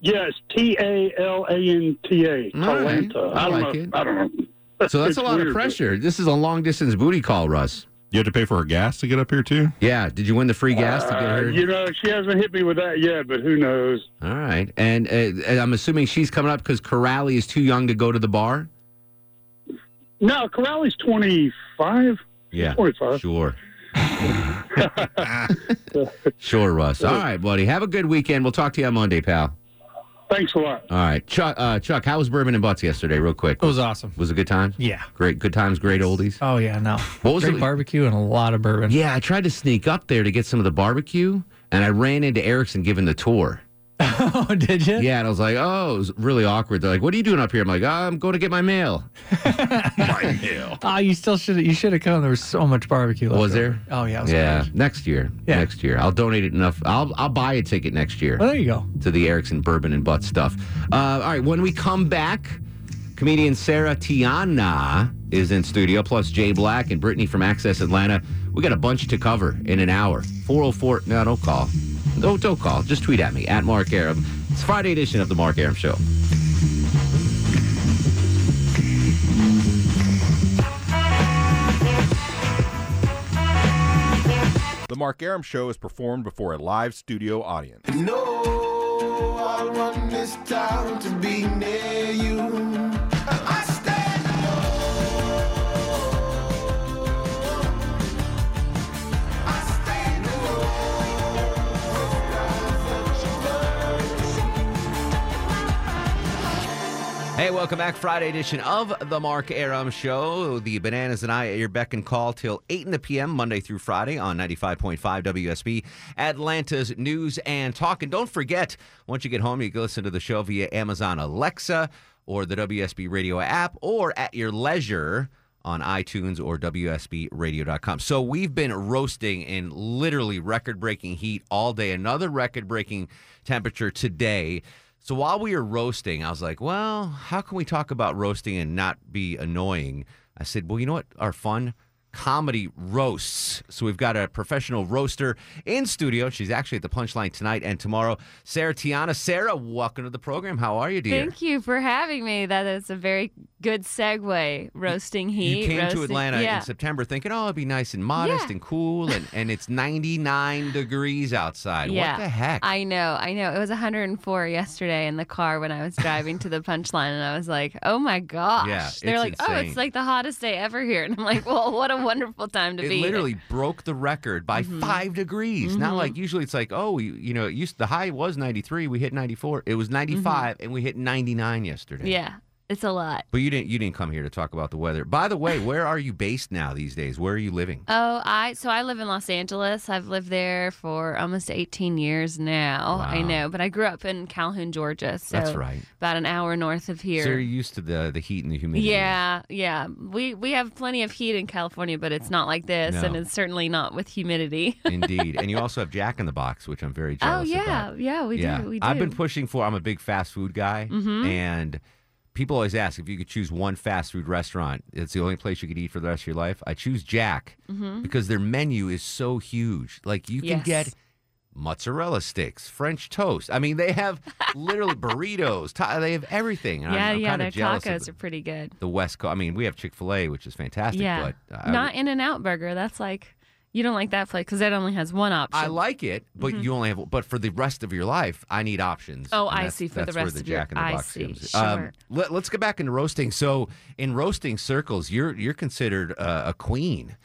O: Yes, T A L A N T A.
B: All right.
O: Talanta.
B: I
O: I don't
B: like
O: know.
B: it.
O: I don't know.
B: So that's
O: It's
B: a lot
O: weird,
B: of
O: but-
B: pressure. This is a long distance booty call, Russ.
D: You had to pay for her gas to get up here too.
B: Yeah. Did you win the free gas to get
O: Uh,
B: her?
O: you know, she hasn't hit me with that yet, but who knows?
B: All right. And, uh, and I'm assuming she's coming up because Corrali is too young to go to the bar.
O: No, Corrali's 25.
B: Yeah.
O: 25.
B: Sure. Sure, Russ. All right, buddy. Have a good weekend. We'll talk to you on Monday, pal.
O: Thanks a lot.
B: All right, Chuck. Uh, Chuck, how was Bourbon and Butts yesterday? Real quick. It
E: was awesome.
B: Was it a good time?
E: Yeah.
B: Great. Good times. Great oldies.
E: Oh yeah, no.
B: What was
E: Great
B: it-
E: barbecue and a lot of bourbon.
B: Yeah, I tried to sneak up there to get some of the barbecue, and I ran into Erickson giving the tour.
E: oh, did you?
B: Yeah, and I was like, oh, it was really awkward. They're like, what are you doing up here? I'm like, "Oh, I'm going to get my mail.
E: Oh, you still should you should have come. There was so much barbecue. Left
B: Was there?
E: over. Oh yeah. it was
B: yeah.
E: great.
B: Next year.
E: Yeah.
B: Next year. I'll donate it enough. I'll I'll buy a ticket next year.
E: Well, there you go.
B: To the Erickson Bourbon and Butt stuff. Uh, all right. When we come back, comedian Sarah Tiana is in studio, plus Jay Black and Brittany from Access Atlanta. We got a bunch to cover in an hour. 404. No, don't call. Don't, don't call. Just tweet at me, at Mark Aram. It's Friday edition of The Mark Aram Show.
M: The Mark Aram Show is performed before a live studio audience.
P: No, I want this town to be near you. I stand
B: Hey, welcome back. Friday edition of The Mark Aram Show. The Bananas and I at your beck and call till 8 in the p.m. Monday through Friday on 95.5 WSB, Atlanta's news and talk. And don't forget, once you get home, you can listen to the show via Amazon Alexa or the WSB radio app or at your leisure on iTunes or WSBradio.com. So we've been roasting in literally record breaking heat all day. Another record breaking temperature today. So while we were roasting, I was like, well, how can we talk about roasting and not be annoying? I said, well, you know what are fun? Comedy roasts. So we've got a professional roaster in studio. She's actually at the punchline tonight and tomorrow. Sarah Tiana. Sarah, welcome to the program. How are you, dear?
Q: Thank you for having me. That is a very good segue. Roasting heat.
B: You came
Q: roasting-
B: to Atlanta
Q: Yeah.
B: in September thinking, oh, it'd be nice and modest
Q: Yeah.
B: and cool, and, and it's 99 degrees outside.
Q: yeah.
B: What the heck?
Q: I know. I know. It was 104 yesterday in the car when I was driving to the punchline, and I was like, "Oh my gosh!"
B: Yeah,
Q: They're
B: it's
Q: like, "Oh,
B: insane.
Q: it's like the hottest day ever here," and I'm like, "Well, what a wonderful time to
B: it
Q: be." Mm-hmm. here."
B: literally broke the record by five degrees. Not
Q: Mhm.
B: like usually it's like, oh, you, you know, it used the high was 93, we hit 94. It was 95, and we hit 99 yesterday.
Q: Mm-hmm. Yeah, it's a lot.
B: But you didn't you didn't come here to talk about the weather. By the way, where are you based now these days? Where are you living?
Q: Oh, I so I live in Los Angeles. I've lived there for almost 18 years now. I
B: Wow.
Q: know, but I grew up in Calhoun, Georgia. So
B: That's right.
Q: About an hour north of here.
B: So you're used to the the heat and the humidity.
Q: Yeah, yeah. We we have plenty of heat in California, but it's not like this, and
B: No.
Q: it's certainly not with humidity.
B: Indeed. And you also have Jack in the Box, which I'm very
Q: oh
B: jealous about.
Q: yeah, yeah. We do. We do.
B: I've been pushing for. I'm a big fast food guy,
Q: Mhm.
B: and people always ask if you could choose one fast food restaurant. It's the only place you could eat for the rest of your life. I choose Jack
Q: Mhm.
B: because their menu is so huge. Like you can
Q: Yes.
B: get mozzarella sticks, French toast. I mean, they have literally burritos. ta- they have everything. And I'm-
Q: yeah,
B: I'm,
Q: yeah.
B: kind
Q: Their
B: of jealous of
Q: tacos are pretty good.
B: the West Coast. I mean, we have Chick Fil A, which is fantastic.
Q: yeah,
B: but uh, I,
Q: not In and Out Burger. That's like you don't like that place because that only has one option.
B: I like it, but
Q: Mhm.
B: you only have. But for the rest of your life, I need options.
Q: Oh,
B: And
Q: I
B: that's-
Q: see, for the
B: that's where
Q: rest
B: the
Q: of your-
B: Jack in the
Q: I
B: Box
Q: see,
B: comes in. Um,
Q: sure.
B: let, us get back into roasting. So, in roasting circles, you're you're considered uh, a queen.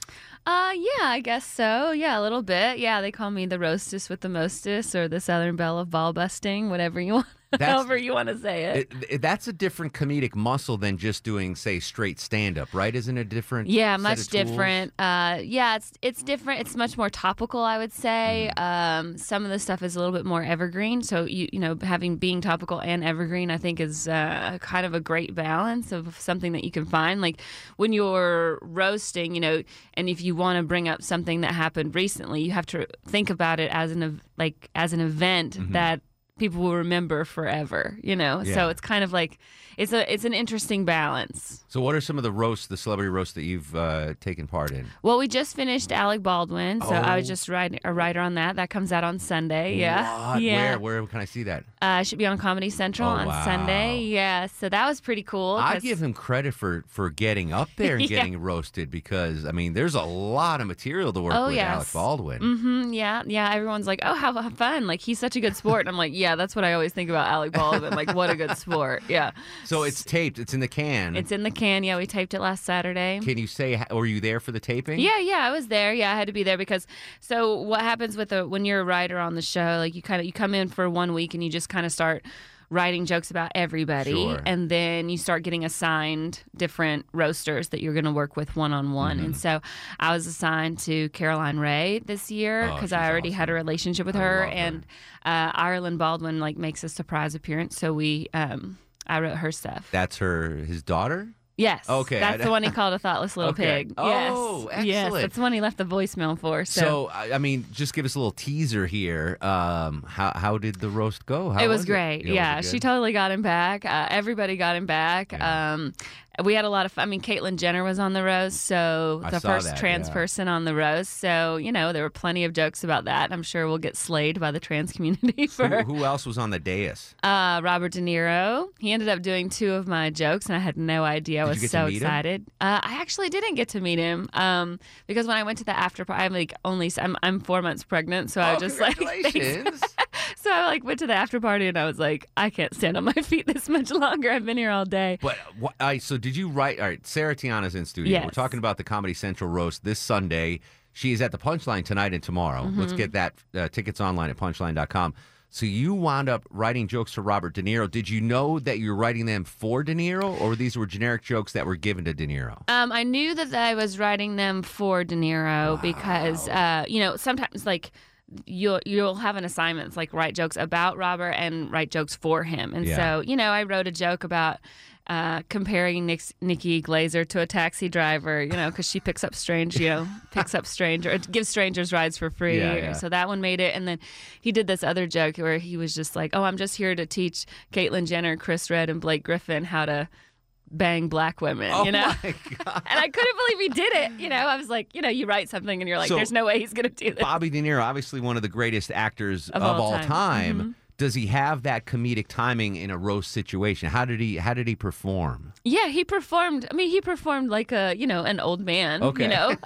Q: Uh, yeah, I guess so. Yeah, a little bit. Yeah, they call me the roastest with the mostest, or the Southern Belle of ball busting, whatever you want,
B: That's-
Q: however you want to say it.
B: It- it- that's a different comedic muscle than just doing, say, straight stand up, right? Isn't it different?
Q: Yeah,
B: set of
Q: much
B: tools?
Q: different. Uh, yeah, it's it's different. It's much more topical, I would say.
B: Mm.
Q: Um, some of the stuff is a little bit more evergreen. So you you know, having being topical and evergreen, I think is uh, kind of a great balance of something that you can find. Like when you're roasting, you know, and if you want to bring up something that happened recently, you have to think about it as an ev- like as an event that people will remember forever. You know,
B: Mm-hmm. Yeah.
Q: so it's kind of like it's a it's an interesting balance.
B: So, what are some of the roasts, the celebrity roasts that you've uh, taken part in?
Q: Well, we just finished Alec Baldwin, so I was
B: Oh.
Q: just writing a writer on that. That comes out on Sunday. Yeah,
B: What?
Q: yeah.
B: Where where can I see that?
Q: Uh, should be on Comedy Central
B: Oh,
Q: on
B: wow.
Q: Sunday. Yeah, so that was pretty cool.
B: I
Q: 'cause-
B: give him credit for for getting up there and
Q: Yeah.
B: getting roasted because I mean, there's a lot of material to work
Q: Oh
B: with
Q: yes. Mm-hmm,
B: Alec Baldwin.
Q: hmm yeah, yeah. Everyone's like, "Oh, how fun!" Like he's such a good sport, and I'm like, yeah, that's what I always think about Alec Baldwin. like, what a good sport. Yeah.
B: So it's taped. It's in the can.
Q: It's in the can. Yeah, we taped it last Saturday.
B: Can you say? h- Were you there for the taping?
Q: Yeah, yeah, I was there. Yeah, I had to be there because so what happens with a when you're a writer on the show, like you kind of you come in for one week and you just kind of start writing jokes about everybody
R: Sure.
Q: and then you start getting assigned different roasters that you're going to work with one on one.
R: Mm-hmm.
Q: And so I was assigned to Caroline Ray this year
R: Oh,
Q: cuz
R: she's
Q: I already had a relationship with her and uh, Ireland Baldwin like makes a surprise appearance, so we um I wrote her stuff.
B: That's her. His daughter.
Q: Yes.
B: Okay.
Q: That's
B: I-
Q: the one he called a thoughtless little
B: Okay.
Q: pig.
B: Oh,
Q: yes. Yes.
B: excellent.
Q: That's the one he left the voicemail for. So,
B: So I I mean, just give us a little teaser here. Um, how how did the roast go? How
Q: it was, great.
B: was it
Q: Yeah.
B: good?
Q: she totally got him back. Uh, everybody got him back. Um, we had a lot of fun. I mean, Caitlyn Jenner was on the roast, so
R: I
Q: the
R: saw
Q: first
R: that,
Q: trans
R: yeah.
Q: person on the roast. So, you know, there were plenty of jokes about that. I'm sure we'll get slayed by the trans community for
B: Who, who else was on the dais?
Q: Uh, Robert De Niro. He ended up doing two of my jokes, and I had no idea. I
B: Did
Q: was
B: you get
Q: so
B: to meet him?
Q: excited. Uh, I actually didn't get to meet him um, because when I went to the after party, I'm like only I'm, I'm four months pregnant, so I
R: Oh,
Q: just like thanks.
R: congratulations.
Q: so I like went to the after party, and I was like, I can't stand on my feet this much longer. I've been here all day.
B: But what, I so did you write? All right, Sarah Tiana's in studio. We're
Q: Yes.
B: talking about the Comedy Central roast this Sunday. She is at the Punchline tonight and tomorrow. Let's
Q: Mhm.
B: get that uh, tickets online at punchline.com. So you wound up writing jokes for Robert De Niro. Did you know that you were writing them for De Niro, or these were generic jokes that were given to De Niro?
Q: Um, I knew that I was writing them for De Niro because, uh, you know, sometimes like you'll you'll have an assignment it's like write jokes about Robert and write jokes for him, and
R: Yeah.
Q: so you know, I wrote a joke about. Uh, comparing Nick's, Nikki Glazer to a taxi driver, you know, because she picks up strange, you know, picks up stranger, it gives strangers rides for free.
R: Yeah, yeah.
Q: So that one made it. And then he did this other joke where he was just like, "Oh, I'm just here to teach Caitlyn Jenner, Chris Red, and Blake Griffin how to bang black women."
R: Oh
Q: you know, and I couldn't believe he did it. You know, I was like, you know, you write something and you're like,
B: So-
Q: there's no way he's going to do this.
B: Bobby De Niro, obviously one of the greatest actors
Q: Of
B: of, all
Q: all
B: time.
Q: time. Mhm.
B: Does he have that comedic timing in a roast situation? How did he? How did he perform?
Q: Yeah, he performed. I mean, he performed like a, you know, an old man.
B: Okay.
Q: You know,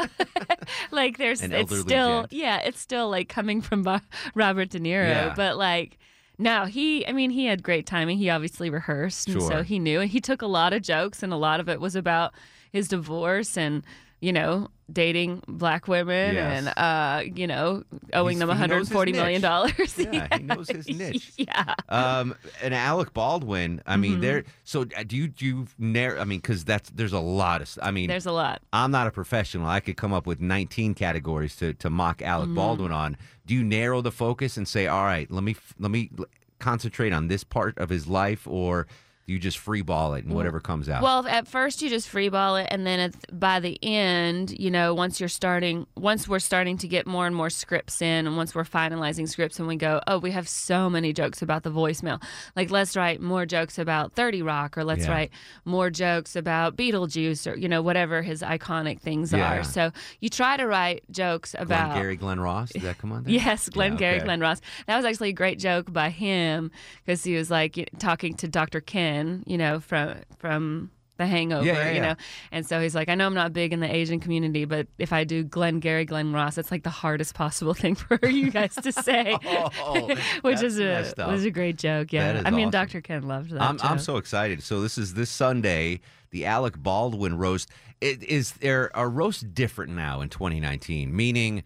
Q: like there's,
B: An
Q: it's
B: elderly
Q: still,
B: gent.
Q: yeah, it's still like coming from Bo- Robert De Niro,
R: Yeah.
Q: but like, no, he, I mean, he had great timing. He obviously rehearsed, and
R: Sure.
Q: so he knew. And he took a lot of jokes, and a lot of it was about his divorce and, you know, dating black women
R: Yes.
Q: and, uh, you know, owing
R: He's-
Q: them
R: he knows his
Q: 140 million dollars.
B: Yeah, he knows his niche.
Q: Yeah.
B: Um, and Alec Baldwin. I mean,
Q: Mhm.
B: there. So uh, do you do you narr- I mean, because that's there's a lot of. s- I mean,
Q: There's a lot.
B: I'm not a professional. I could come up with 19 categories to to mock Alec
Q: Mhm.
B: Baldwin on. Do you narrow the focus and say, all right, let me f- let me l- concentrate on this part of his life, or do you just freeball it and whatever comes out?
Q: Well, at first you just freeball it, and then at, by the end, you know, once you're starting, once we're starting to get more and more scripts in, and once we're finalizing scripts, and we go, oh, we have so many jokes about the voicemail. Like, let's write more jokes about 30 Rock, or let's
R: Yeah.
Q: write more jokes about Beetlejuice, or, you know, whatever his iconic things
B: Yeah.
Q: are. So you try to write jokes about.
B: Glenn Gary Glenn Ross. Did that come on? There?
Q: Yes, Glenn
B: Yeah,
Q: Gary,
B: okay.
Q: Glenn Ross. That was actually a great joke by him because he was like y- talking to Dr. Ken, you know, from from The Hangover,
R: Yeah, yeah,
Q: you
R: yeah.
Q: know, and so he's like, I know I'm not big in the Asian community, but if I do Glenn Gary, Glenn Ross, it's like the hardest possible thing for you guys to say,
R: Oh,
Q: which is a
B: that's messed up.
Q: was a great joke. Yeah,
B: That is
Q: I mean,
B: awesome.
Q: Dr. Ken loved that.
B: I'm, I'm
Q: joke.
B: so excited. So this is this Sunday, the Alec Baldwin roast. Is, is there are roasts different now in 2019? Meaning,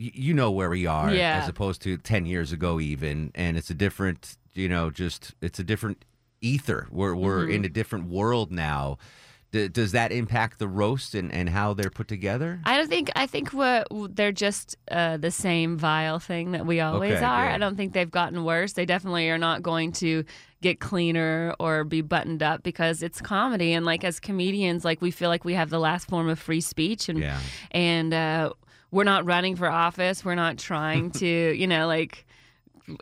B: y- you know where we are
Q: Yeah.
B: as opposed to 10 years ago, even, and it's a different, you know, just it's a different ether. We're we're
Q: Mhm.
B: in a different world now. D- does that impact the roast and, and how they're put together?
Q: I don't think I think what they're just uh, the same vile thing that we always
B: Okay,
Q: are.
B: good.
Q: I don't think they've gotten worse. They definitely are not going to get cleaner or be buttoned up because it's comedy and like as comedians like we feel like we have the last form of free speech and
R: Yeah.
Q: and uh, we're not running for office. We're not trying to, you know, like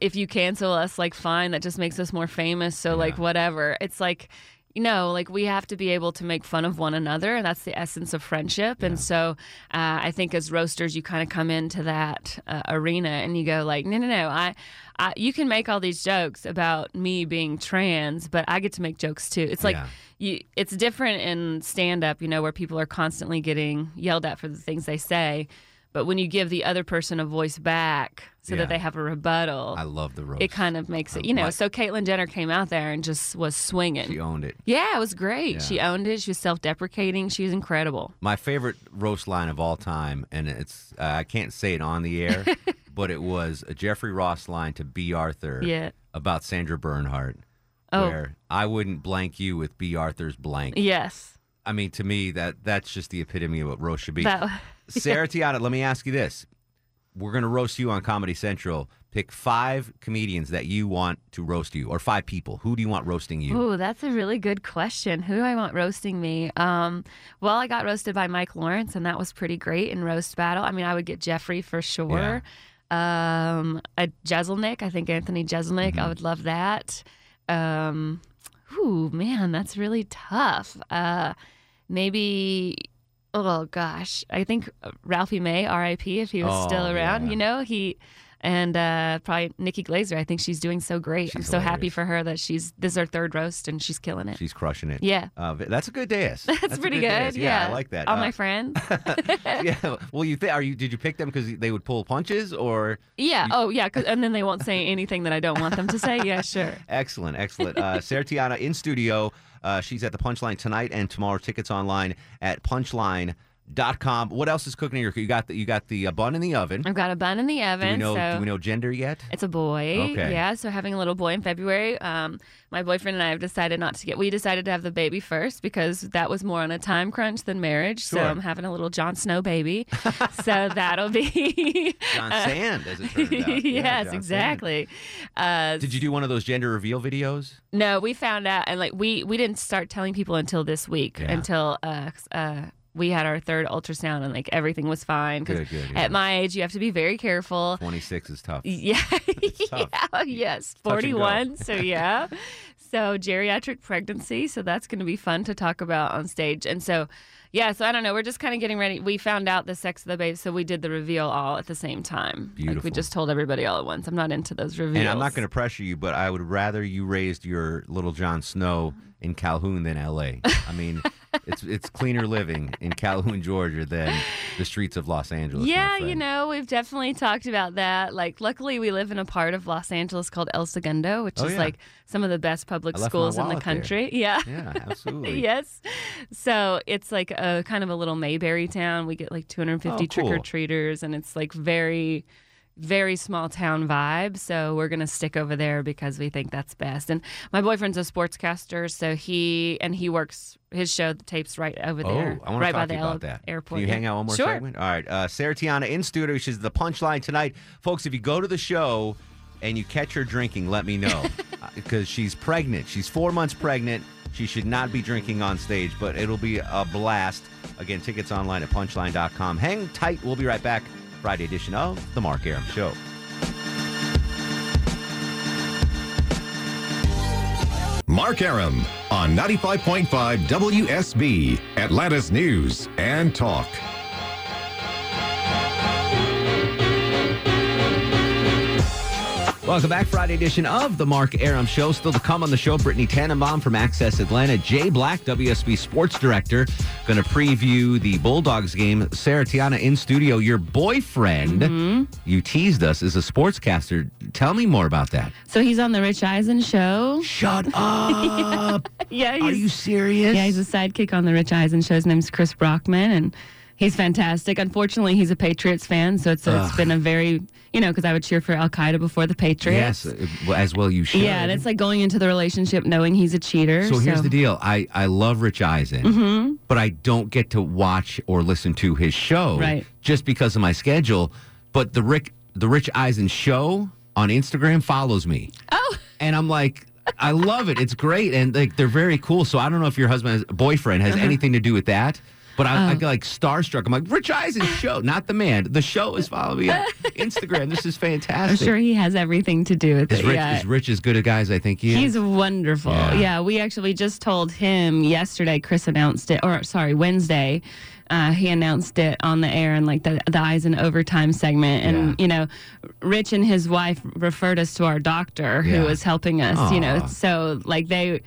Q: if you cancel us, like fine, that just makes us more famous. So like whatever. It's like you know, like we have to be able to make fun of one another, and that's the essence of friendship. And so, uh, I think as roasters, you kind of come into that uh, arena and you go like, no, no, no, I, I, you can make all these jokes about me being trans, but I get to make jokes too. It's like
R: Yeah.
Q: you, it's different in stand up, you know, where people are constantly getting yelled at for the things they say. But when you give the other person a voice back so
B: Yeah.
Q: that they have a rebuttal,
B: I love the roast.
Q: it kind of makes it, you know. So Caitlyn Jenner came out there and just was swinging.
B: She owned it.
Q: Yeah, it was great.
B: Yeah.
Q: She owned it. She was self-deprecating. She was incredible.
B: My favorite roast line of all time, and it's uh, I can't say it on the air, but it was a Jeffrey Ross line to B. Arthur
Q: Yeah.
B: about Sandra Bernhardt,
Q: Oh.
B: where I wouldn't blank you with B. Arthur's blank.
Q: Yes.
B: I mean, to me, that that's just the epitome of what roast should be.
Q: That-
B: Sarah Tiana, let me ask you this: We're going to roast you on Comedy Central. Pick five comedians that you want to roast you, or five people. Who do you want roasting you?
Q: Oh, that's a really good question. Who do I want roasting me? Um, well, I got roasted by Mike Lawrence, and that was pretty great in roast battle. I mean, I would get Jeffrey for sure. Um, a Jezelnik, I think Anthony Jeselnik.
B: Mm-hmm.
Q: I would love that. Um, ooh, man, that's really tough. Uh, maybe. Oh gosh, I think uh, Ralphie May, R.I.P. If he was still
R: Oh,
Q: around,
R: yeah.
Q: you know he. And uh, probably Nikki Glazer. I think she's doing so great. I'm
B: She's
Q: so happy
B: hilarious.
Q: for her that she's this is her third roast and she's killing it.
B: She's crushing it.
Q: Yeah.
B: Uh, that's a good dais.
Q: that's,
B: a
Q: pretty good.
B: dais.
Q: yeah.
B: I like that.
Q: All
B: Uh,
Q: my friends.
B: yeah. Well, you th- are you? Did you pick them because they would pull punches or?
Q: Yeah. oh yeah. 'cause- and then they won't say anything that I don't want them to say. Yeah. Sure.
B: Excellent, excellent. Uh, Sarah Tiana in studio. Uh, she's at the Punchline tonight and tomorrow. Tickets online at punchline.com. What else is cooking in your? You got the you got the uh, bun in the oven.
Q: I've got a bun in the
B: do we
Q: oven.
B: know
Q: so
B: do we know gender yet?
Q: It's a boy.
B: Okay.
Q: Yeah. So having a little boy in February. Um, my boyfriend and I have decided not to get. We decided to have the baby first because that was more on a time crunch than marriage. So
B: Sure.
Q: I'm having a little Jon Snow baby. so that'll be
B: John Sand, as it turned out. Yeah,
Q: yes,
B: John Sand.
Q: exactly. Uh,
B: Did you do one of those gender reveal videos?
Q: No, we found out, and like we we didn't start telling people until this week,
B: Yeah.
Q: until uh, uh, we had our third ultrasound, and like everything was fine. 'cause
B: Good, good, yeah.
Q: At my age, you have to be very careful.
B: Twenty six is tough.
Q: Yeah, yeah, yes,
B: go.
Q: forty-one. So yeah, so geriatric pregnancy. So that's going to be fun to talk about on stage, and so. Yeah, so I don't know. We're just kind of getting ready. We found out the sex of the babe, so we did the reveal all at the same time. Like
B: Beautiful.
Q: we just told everybody all at once. I'm not into those reveals.
B: And I'm not going to pressure you, but I would rather you raised your little John Snow in Calhoun than L.A. I mean, it's it's cleaner living in Calhoun, Georgia, than the streets of Los Angeles. my
Q: Yeah,
B: friend.
Q: you know, we've definitely talked about that. Like, luckily, we live in a part of Los Angeles called El Segundo, which
B: Oh,
Q: is
B: yeah.
Q: like some of the best public
B: I left my
Q: schools in the
B: wallet there.
Q: country. Yeah.
B: Yeah, absolutely.
Q: yes. So it's like a kind of a little Mayberry town. We get like 250
B: Oh, cool.
Q: trick or treaters, and it's like very. Very small town vibe, so we're gonna stick over there because we think that's best. And my boyfriend's a sportscaster, so he and he works his show the tapes right over there,
B: Oh, I want
Q: right
B: to
Q: by
B: talk
Q: the
B: to you about
Q: ele-
B: that.
Q: airport.
B: Can you hang out one more
Q: sure.
B: segment? All right. Uh, Sarah Tiana in studio. She's the punchline tonight. Folks, if you go to the show and you catch her drinking, let me know because she's pregnant. She's four months pregnant. She should not be drinking on stage, but it'll be a blast. Again, tickets online at punchline.com. Hang tight. We'll be right back. Friday edition of The Mark Aram Show.
S: Mark Aram on 95.5 WSB, Atlanta's News and Talk.
B: Welcome back, Friday edition of the Mark Aram Show. Still to come on the show, Brittany Tannenbaum from Access Atlanta, Jay Black, WSB Sports Director, going to preview the Bulldogs game. Sarah Tiana in studio. Your boyfriend, you teased us, is a sportscaster. Tell me more about that.
R: So he's on the Rich Eisen show.
B: Shut up.
R: yeah.
B: Are you serious?
R: Yeah, he's a sidekick on the Rich Eisen show. His name's Chris Brockman, and he's fantastic. Unfortunately, he's a Patriots fan, so it's, it's
B: Ugh.
R: been a very, you know, because I would cheer for Al Qaeda before the Patriots.
B: Yes, uh, well, as well you should.
R: Yeah, and it's like going into the relationship knowing he's a cheater.
B: so here's the deal. I, I love Rich Eisen,
Q: Mm-hmm.
R: Mhm.
B: but I don't get to watch or listen to his show
R: Right.
B: just because of my schedule. But the Rick the Rich Eisen show on Instagram follows me. Oh. And I'm like, I love it. It's great. And like they're very cool. So I don't know if your husband has, boyfriend has
R: Uh-huh.
B: anything to do with that. But I, I
R: Oh.
B: get like starstruck. I'm like, Rich Eisen show, not the man. The show is following me on Instagram. This is
R: I'm
B: fantastic.
R: sure he has everything to do with
B: is
R: it.
B: Rich
R: yeah.
B: is Rich as good a guy as I think he is?
R: He's wonderful.
B: Yeah.
R: Yeah. we actually just told him yesterday. Chris announced it, or sorry, Wednesday. Uh, he announced it on the air in like the the eyes in overtime segment, and you know, Rich and his wife referred us to our doctor
Q: Yeah.
R: who was helping us. You know,
Q: Aw.
R: so like they.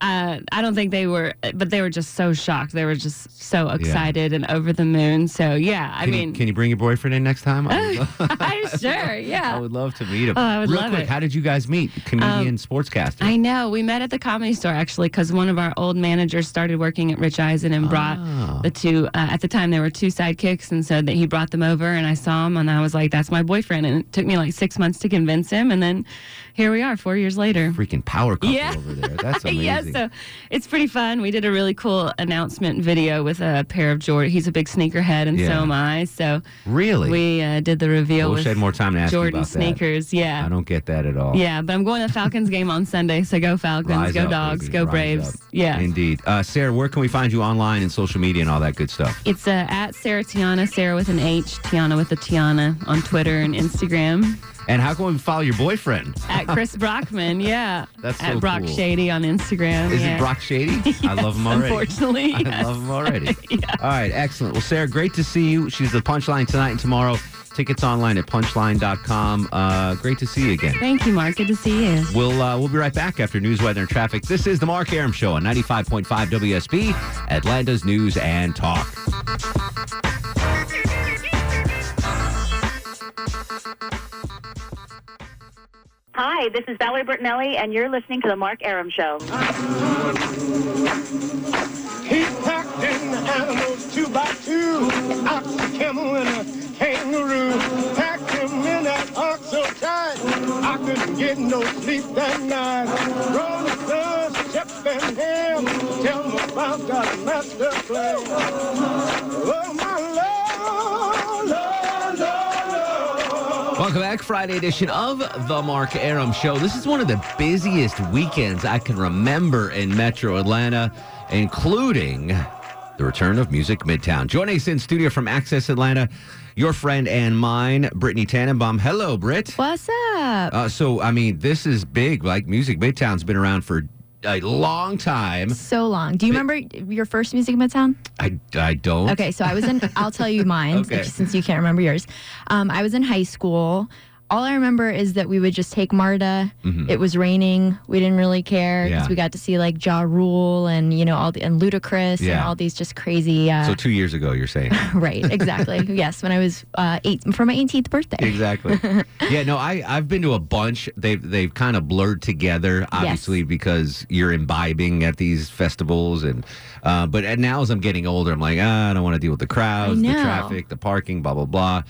R: uh, I don't think they were, but they were just so shocked. They were just so excited and over the moon. So yeah, I
B: Can you-
R: mean,
B: can you bring your boyfriend in next time? I would, lo-
R: I sure, yeah.
B: I would love to meet him.
R: Oh, I would
B: Real
R: love
B: quick,
R: it. Um,
B: how did you guys meet? Comedian, sportscaster.
R: I know. We met at the comedy store actually because one of our old managers started working at Rich Eisen and
Q: Oh.
B: Ah.
R: brought the two. Uh, at the time, there were two sidekicks, and so that he brought them over, and I saw him, and I was like, "That's my boyfriend." And it took me like six months to convince him, and then here we are, four years later.
B: Freaking power couple
R: Yeah.
B: over there. That's amazing.
R: yeah, so it's pretty fun. We did a really cool announcement video with a pair of Jordan. He's a big sneakerhead, and
B: Yeah.
R: so am I. So
B: Really?
R: we uh, did the
B: I
R: reveal
B: wish
R: with
B: I had more time to ask you
R: Jordan
B: about
R: sneakers.
B: that.
R: Yeah,
B: I don't get that at all.
R: yeah, but I'm going to the Falcons game on Sunday, so go Falcons,
B: Oh. Rise
R: go
B: up,
R: Dogs,
B: baby.
R: go
B: Rise
R: Braves.
B: up.
R: Yeah.
B: Indeed. Uh, Sarah, where can we find you online and social media and all that good stuff?
R: It's uh, at Sarah Tiana, Sarah with an H, Tiana with a Tiana on Twitter and Instagram.
B: And how can we follow your boyfriend?
R: At Chris Brockman, yeah.
B: That's
R: At
B: so
R: Brock
B: cool.
R: Shady on Instagram.
B: Is
R: yeah.
B: it Brock Shady? I love him
R: Yes,
B: already.
R: unfortunately,
B: I
R: yes.
B: love him already. All right, excellent. Well, Sarah, great to see you. She's the punchline tonight and tomorrow. Tickets online at punchline.com. Uh, great to see you again.
R: Thank you, Mark. Good to see you.
B: We'll uh, we'll be right back after news, weather, and traffic. This is the Mark Aram Show on 95.5 WSB, Atlanta's News and Talk.
T: Hi, this is Valerie Bertinelli, and you're listening to The Mark Aram Show.
P: He packed in animals two by two, ox, a camel, and a kangaroo. Packed him in that ox so tight, I couldn't get no sleep that night. Roll the sun, chip and ham, tell me about that master plan. Oh, my love, love, love, love.
B: Welcome back, Friday edition of the Mark Aram Show. This is one of the busiest weekends I can remember in Metro Atlanta, including the return of Music Midtown. Joining us in studio from Access Atlanta, your friend and mine, Brittany Tannenbaum. Hello, Britt.
R: What's up?
B: Uh, so, I mean, this is big. Like, Music Midtown's been around for a long time.
U: So long. Do you remember your first Music Midtown?
B: I, I don't.
U: Okay, so I was in, I'll tell you mine
B: Oh. Okay.
U: since you can't remember yours. Um, I was in high school. All I remember is that we would just take Marta.
V: Mhm.
U: It was raining. We didn't really care because
B: Mm-hmm. Yeah.
U: we got to see like Ja Rule and, you know, all the, and Ludacris and
B: Yeah.
U: all these just crazy. Uh,
B: So, two years ago, you're saying.
U: right, exactly. yes, when I was uh, eight, for my 18th birthday.
B: Exactly. yeah, no, I I've been to a bunch. They've they've kind of blurred together, obviously, because you're imbibing at these festivals, and uh, but and now as I'm getting older, I'm like, ah, I don't want to deal with the crowds, the
U: know.
B: traffic, the parking, blah blah blah.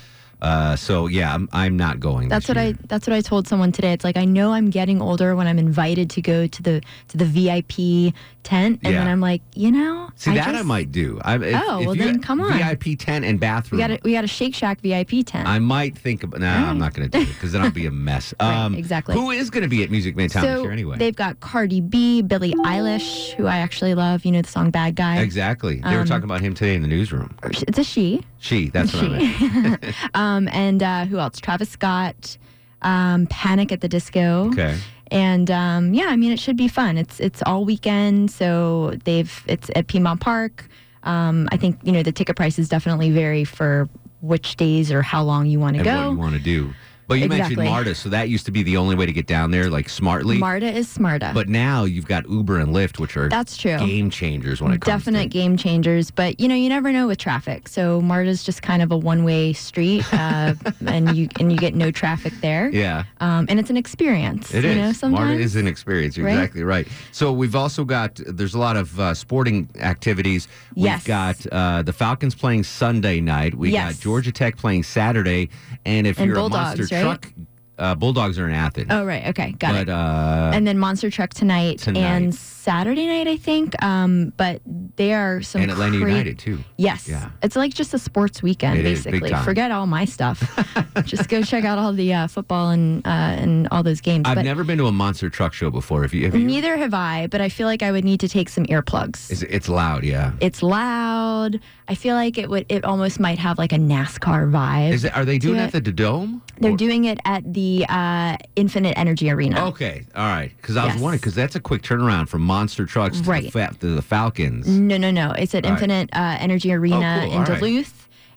B: Uh, so yeah, I'm I'm not going.
U: That's what I that's what I told someone today. It's like I know I'm getting older when I'm invited to go to the to the VIP tent and
B: Yeah.
U: then I'm like, you know,
B: See
U: I
B: that I
U: just-
B: might do. I, if,
U: Oh,
B: if
U: well,
B: you-
U: then come on.
B: VIP tent and
U: we
B: bathroom.
U: got a, we got a Shake Shack VIP tent.
B: I might think about. Nah, I'm not going to do it because then I'll be a mess. um,
U: exactly.
B: Who is going to be at Music Midtown this
U: so
B: year anyway?
U: they've got Cardi B, Billie Eilish, who I actually love. You know the song "Bad Guy."
B: Exactly. They were
U: Um,
B: talking about him today in the newsroom.
U: It's a she.
B: She. That's what I meant.
U: um, and uh, who else? Travis Scott, um, Panic at the Disco.
B: Okay.
U: And um, yeah, I mean, it should be fun. It's it's all weekend, so they've it's at Piedmont Park. Um, I think you know the ticket prices definitely vary for which days or how long you want to
B: and
U: go.
B: what you want to do. But you mentioned
U: Exactly.
B: MARTA, so that used to be the only way to get down there, like smartly.
U: Marta is smarta.
B: But now you've got Uber and Lyft, which are
U: That's true.
B: game changers when it comes.
U: definite game changers but you know you never know with traffic so marta's just kind of a one-way street uh, and you and you get no traffic there
B: Yeah.
U: um, and it's an experience
B: It
U: you
B: is.
U: know sometimes
B: MARTA is an experience. You're
U: right?
B: exactly right. So we've also got there's a lot of uh, sporting activities. We've
U: Yes.
B: got uh, the Falcons playing Sunday night. We
U: Yes.
B: got Georgia Tech playing Saturday, and if
U: And
B: you're
U: Bulldogs,
B: a monster
U: right?
B: truck, uh, Bulldogs are in Athens.
U: oh right okay got
B: but,
U: it
B: Uh,
U: and then monster truck tonight,
B: Tonight.
U: and saturday night i think um, but they are some
B: and Atlanta
U: cra-
B: United too.
U: Yes.
B: Yeah.
U: It's like just a sports weekend,
B: It is, big
U: basically.
B: time.
U: Forget all my stuff. just go check out all the uh, football and uh, and all those games.
B: I've
U: but
B: never been to a monster truck show before. If you, have you
U: neither have I, but I feel like I would need to take some earplugs.
B: It's, it's loud, yeah.
U: It's loud. I feel like it would. It almost might have like a NASCAR vibe.
B: Is it, are they doing
U: to
B: it at the dome?
U: They're doing it at the uh, Infinite Energy Arena.
B: Okay, all right. Because I was
U: Yes.
B: wondering, because that's a quick turnaround from monster trucks to,
U: Right. Mm,
B: the, fa- to the Falcons.
U: No, no, no. It's at
B: All right. Oh,
U: Infinite uh, Energy Arena
B: cool.
U: in
B: All right.
U: Duluth.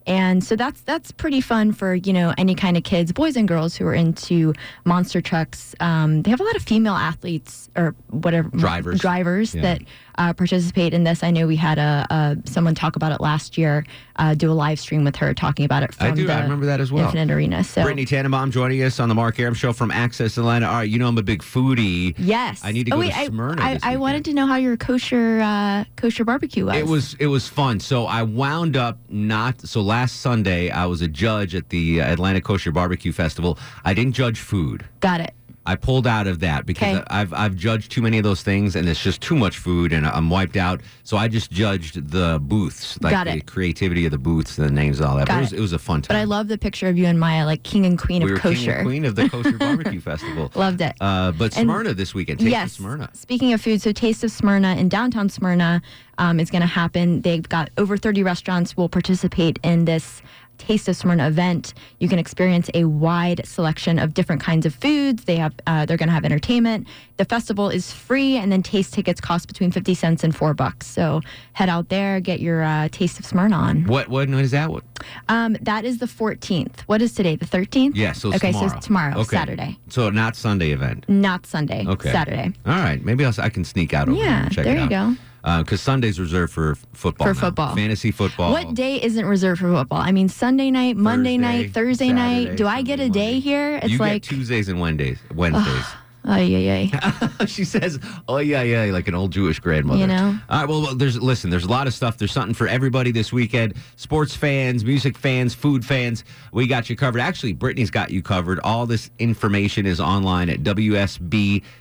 U: And so that's that's pretty fun for you know any kind of kids, boys and girls who are into monster trucks. Um, they have a lot of female athletes or whatever
B: Drivers.
U: drivers
B: Yeah.
U: that uh, participate in this. I know we had a, a someone talk about it last year, uh, do a live stream with her talking about it. From
B: I do.
U: The
B: I remember that as well.
U: Infinite Arena. So
B: Brittany Tannenbaum joining us on the Mark Aram Show from Access Atlanta. All right, you know I'm a big foodie.
U: yes,
B: I need to
U: oh,
B: go
U: wait,
B: to Smyrna.
U: I,
B: this
U: I, I wanted to know how your kosher uh, kosher barbecue was.
B: It was it was fun. So I wound up not. So last Sunday I was a judge at the Atlanta Kosher Barbecue Festival. I didn't judge food.
U: Got it.
B: I pulled out of that because
U: Okay.
B: I've I've judged too many of those things, and it's just too much food, and I'm wiped out. So I just judged the booths, like
U: Got
B: the
U: it.
B: creativity of the booths, and the names, and all that. But
U: Got
B: it was
U: it.
B: it was a fun
U: But
B: time.
U: I love the picture of you and Maya, like king and queen
B: we
U: of
B: were
U: kosher.
B: king and queen of the Kosher Barbecue Festival.
U: Loved it.
B: Uh, but
U: And-
B: Smyrna this weekend. Taste of
U: yes.
B: Smyrna.
U: Speaking of food, so Taste of Smyrna in downtown Smyrna um, is going to happen. They've got over 30 restaurants will participate in this Taste of Smyrna event. You can experience a wide selection of different kinds of foods. They have uh, they're going to have entertainment. The festival is free, and then taste tickets cost between 50 cents and four bucks. So head out there, get your uh, Taste of Smyrna on.
B: What what night is that? What?
U: Um, that is the 14th. What is today? The 13th.
B: Yeah. So it's
U: okay,
B: tomorrow.
U: so it's tomorrow,
B: Okay.
U: Saturday,
B: So not Sunday event.
U: not Sunday.
B: Okay.
U: Saturday.
B: All right. Maybe I'll, I can sneak out over there
U: Yeah,
B: and check
U: there
B: it
U: you
B: out.
U: go.
B: Because Sunday's reserved for f- football.
U: For
B: now.
U: football.
B: Fantasy football.
U: What day isn't reserved for football? I mean, Sunday night, Monday night, Thursday night.
B: Saturday,
U: Do I get a day here? It's
B: you
U: like,
B: get Tuesdays and Wednesdays. Wednesdays.
U: oh, yeah, yeah.
B: she says, "Oh yeah, yeah," like an old Jewish grandmother.
U: You know?
B: All right. Well, well, there's listen. There's a lot of stuff. There's something for everybody this weekend. Sports fans, music fans, food fans. We got you covered. Actually, Brittany's got you covered. All this information is online at wsbtv.com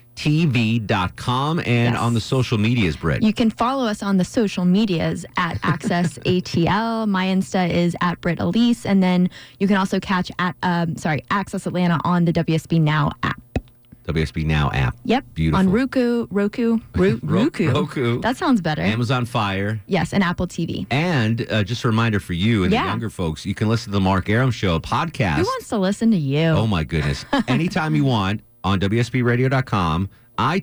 B: and on the social medias, Britt.
U: You can follow us on the social medias at Access ATL. My Insta is at Brit Elise, and then you can also catch at um, sorry Access Atlanta on the WSB Now app.
B: WSB Now app.
U: Yep,
B: Beautiful.
U: on Roku, Roku, Ru-
B: Ro-
U: Roku.
B: Roku.
U: That sounds better.
B: Amazon Fire.
U: Yes, and Apple TV.
B: And uh, just a reminder for you and the
U: Yeah.
B: younger folks, you can listen to the Mark Aram Show podcast.
U: Who wants to listen to you?
B: Oh my goodness. Anytime you want on WSBradio.com,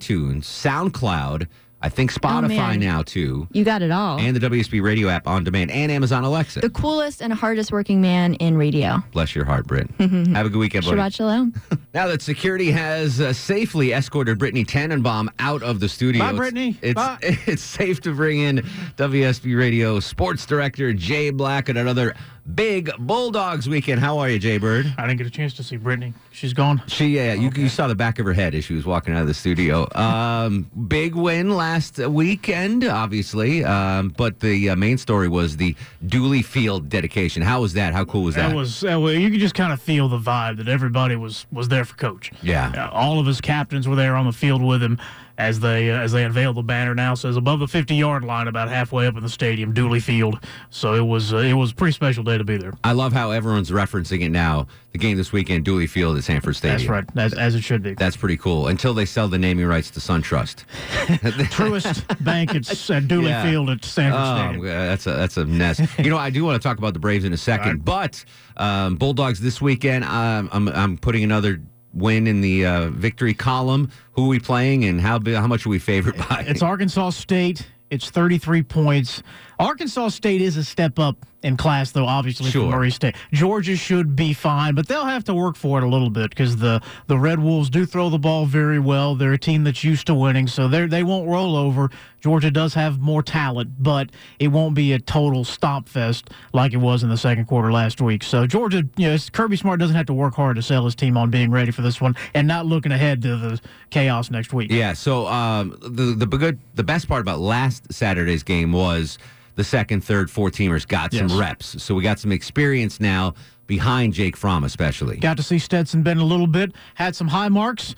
B: iTunes, SoundCloud, I think Spotify
U: Oh, man.
B: now too,
U: You got it all.
B: and the WSB Radio app on demand and Amazon Alexa.
U: the coolest and hardest working man in radio.
B: Bless your heart, Britt. Have a good weekend, buddy.
U: Mm-hmm. Shabbat shalom.
B: Now that security has uh, safely escorted Brittany Tannenbaum out of the studio,
U: Bye,
B: it's-
U: Brittany.
B: It's,
U: Bye.
B: it's safe to bring in WSB Radio sports director Jay Black and another big Bulldogs weekend. How are you, Jay Bird?
A: I didn't get a chance to see Brittany. She's gone.
B: She, yeah, you, you saw the back of her head as she was walking out of the studio. Um, big win last weekend, obviously, um, but the uh, main story was the Dooley Field dedication. How was that? How cool was that?
A: That was that was, you could just kind of feel the vibe that everybody was was there for coach.
B: yeah.
A: Uh, all of his captains were there on the field with him as they uh, as they unveiled the banner. Now says above the 50 yard line, about halfway up in the stadium, Dooley Field. So it was uh, it was a pretty special day to be there.
B: I love how everyone's referencing it now. The game this weekend, Dooley Field at Sanford Stadium.
A: That's right, as, as it should be.
B: That's pretty cool. Until they sell the naming rights to SunTrust.
A: Truest Bank at, at Dooley
B: Yeah.
A: Field at Sanford
B: Oh,
A: Stadium.
B: uh, that's a that's a mess. you know, I do want to talk about the Braves in a second, but um, Bulldogs this weekend. Um, I'm I'm putting another win in the uh, victory column. Who are we playing, and how bi- how much are we favored by?
A: It's Arkansas State. It's 33 points. Arkansas State is a step up in class, though, obviously,
B: Sure.
A: from Murray State. Georgia should be fine, but they'll have to work for it a little bit because the, the Red Wolves do throw the ball very well. They're a team that's used to winning, so they they won't roll over. Georgia does have more talent, but it won't be a total stomp fest like it was in the second quarter last week. So Georgia, you know, it's- Kirby Smart doesn't have to work hard to sell his team on being ready for this one and not looking ahead to the chaos next week.
B: Yeah. So um, the the b- good the best part about last Saturday's game was the second, third, four teamers got some
A: Yes.
B: reps, so we got some experience now behind Jake Fromm, especially.
A: Got to see Stetson Bennett a little bit. Had some high marks,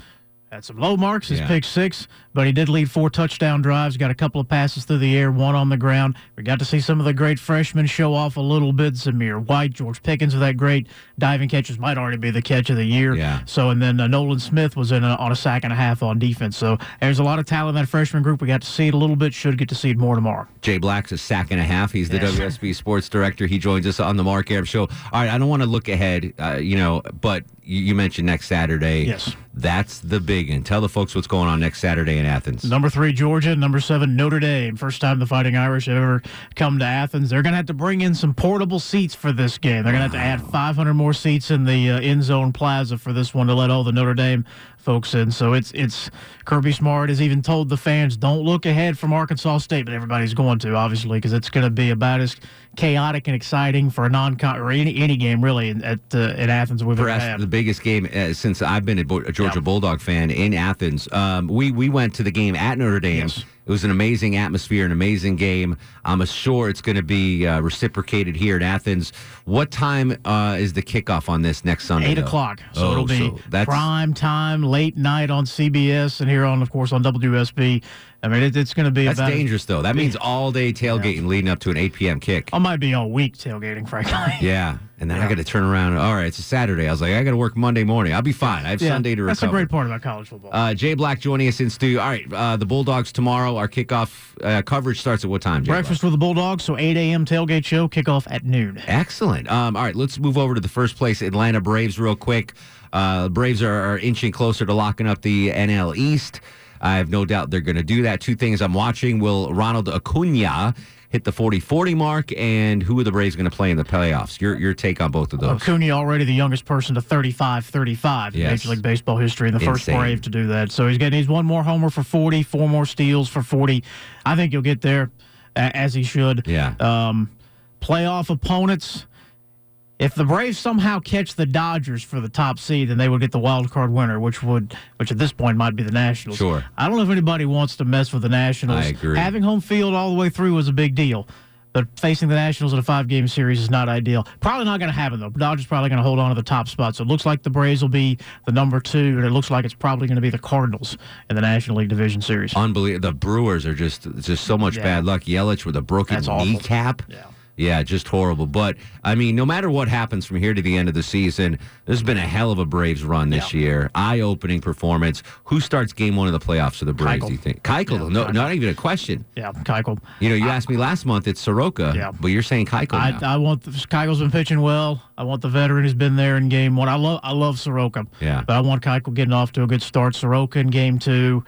A: had some low marks. His
B: Yeah.
A: pick six, but he did lead four touchdown drives. Got a couple of passes through the air, one on the ground. We got to see some of the great freshmen show off a little bit. Samir White, George Pickens with that great diving catches might already be the catch of the year.
B: Yeah.
A: So and then uh, Nolan Smith was in a, on a sack and a half on defense. So there's a lot of talent in that freshman group. We got to see it a little bit. Should get to see it more tomorrow.
B: Jay Black's a sack and a half. He's the
A: Yes.
B: WSB sports director. He joins us on the Mark Arab Show. All right, I don't want to look ahead, uh, you know, but you, you mentioned next Saturday.
A: Yes.
B: That's the big one. Tell the folks what's going on next Saturday in Athens.
A: Number three, Georgia. Number seven, Notre Dame. First time the Fighting Irish have ever come to Athens. They're going to have to bring in some portable seats for this game. They're going to have to add 500 more seats in the uh, end zone plaza for this one to let all the Notre Dame folks in. So it's it's Kirby Smart has even told the fans, don't look ahead from Arkansas State, but everybody's going to obviously because it's going to be about as chaotic and exciting for a non con or any any game really in, at uh, in Athens we've ever
B: Perhaps
A: had.
B: the biggest game uh, since I've been a, Bo- a Georgia Bulldog fan in Athens. Um, we we went to the game at Notre Dame. It was an amazing atmosphere, an amazing game. I'm sure it's going to be uh, reciprocated here in Athens. What time uh, is the kickoff on this next Sunday?
A: Eight
B: though?
A: o'clock. So
B: Oh,
A: it'll be
B: so that's
A: prime time, late night on CBS, and here on, of course, on WSB. I mean, it, it's going to be
B: that's
A: about
B: dangerous though. That means all day tailgating leading up to an 8 p.m. kick.
A: I might be all week tailgating, frankly.
B: Yeah, and then I got to turn around. All right, it's a Saturday. I was like, I got to work Monday morning. I'll be fine. I have
A: Yeah,
B: Sunday to
A: That's
B: recover.
A: a great part about college football.
B: Uh, Jay Black joining us in studio. All right, uh, the Bulldogs tomorrow. Our kickoff uh, coverage starts at what time? Jay Black?
A: Breakfast with the Bulldogs, so 8 a.m. tailgate show, kickoff at noon.
B: Excellent. Um, all right, let's move over to the first place Atlanta Braves real quick. Uh, Braves are, are inching closer to locking up the NL East. I have no doubt they're going to do that. Two things I'm watching: will Ronald Acuna hit the 40-40 mark, and who are the Braves going to play in the playoffs? Your your take on both of those?
A: Acuna already the youngest person to 35 35 in
B: Yes.
A: Major League Baseball history and the first
B: Insane.
A: Brave to do that. So he's getting he's one more homer for 40, four more steals for 40. I think he'll get there a- as he should.
B: Yeah.
A: Um, playoff opponents. If the Braves somehow catch the Dodgers for the top seed, then they would get the wild card winner, which would, which at this point might be the Nationals.
B: Sure.
A: I don't know if anybody wants to mess with the Nationals.
B: I agree.
A: Having home field all the way through was a big deal, but facing the Nationals in a five game series is not ideal. Probably not going to happen, though. Dodgers probably going to hold on to the top spot. So it looks like the Braves will be the number two, and it looks like it's probably going to be the Cardinals in the National League Division Series.
B: Unbelievable. The Brewers are just just so much
A: Yeah.
B: bad luck. Yelich with a broken
A: That's awful.
B: kneecap. Yeah. just horrible. But I mean, no matter what happens from here to the end of the season, there's been a hell of a Braves run this year. Eye-opening performance. Who starts Game One of the playoffs for the Braves?
A: Keuchel.
B: Do you think Keuchel? no, not even a question.
A: Yeah, Keuchel.
B: You know, you asked me last month. It's Soroka.
A: Yeah.
B: But you're saying Keuchel
A: I,
B: now.
A: I want the, Keuchel's been pitching well. I want the veteran who's been there in game one. I love I love Soroka.
B: Yeah.
A: But I want Keuchel getting off to a good start. Soroka in game two,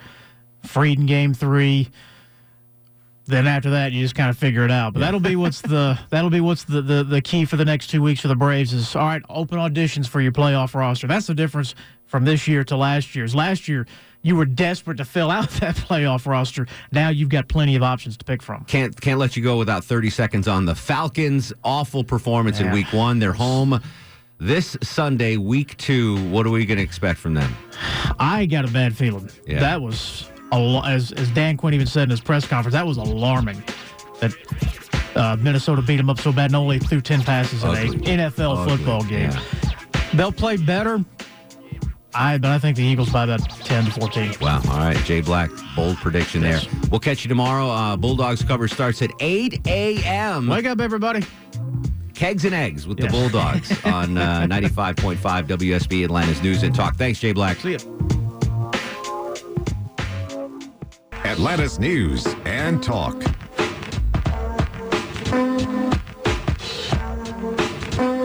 A: Freed in game three. Then after that, you just kind of figure it out. But that'll be what's the that'll be what's the, the the key for the next two weeks for the Braves is all right. Open auditions for your playoff roster. That's the difference from this year to last year's. Last year, you were desperate to fill out that playoff roster. Now you've got plenty of options to pick from.
B: can't can't let you go without 30 seconds on the Falcons. Awful performance in
A: Yeah.
B: Week One. They're home this Sunday, Week Two. What are we going to expect from them?
A: I got a bad feeling.
B: Yeah.
A: That was, al- as, as Dan Quinn even said in his press conference, that was alarming that uh, Minnesota beat him up so bad and only threw 10 passes
B: Ugly.
A: in a NFL
B: Ugly,
A: football game.
B: yeah.
A: They'll play better. I, but I think the Eagles by about 10 to 14.
B: Wow. All right. Jay Black, bold prediction there. We'll catch you tomorrow. Uh, Bulldogs cover starts at 8 a.m.
A: Wake up, everybody.
B: Kegs and eggs with the Bulldogs on uh, 95.5 WSB Atlanta's News and Talk. Thanks, Jay Black. See
A: ya.
S: Atlantis News and Talk.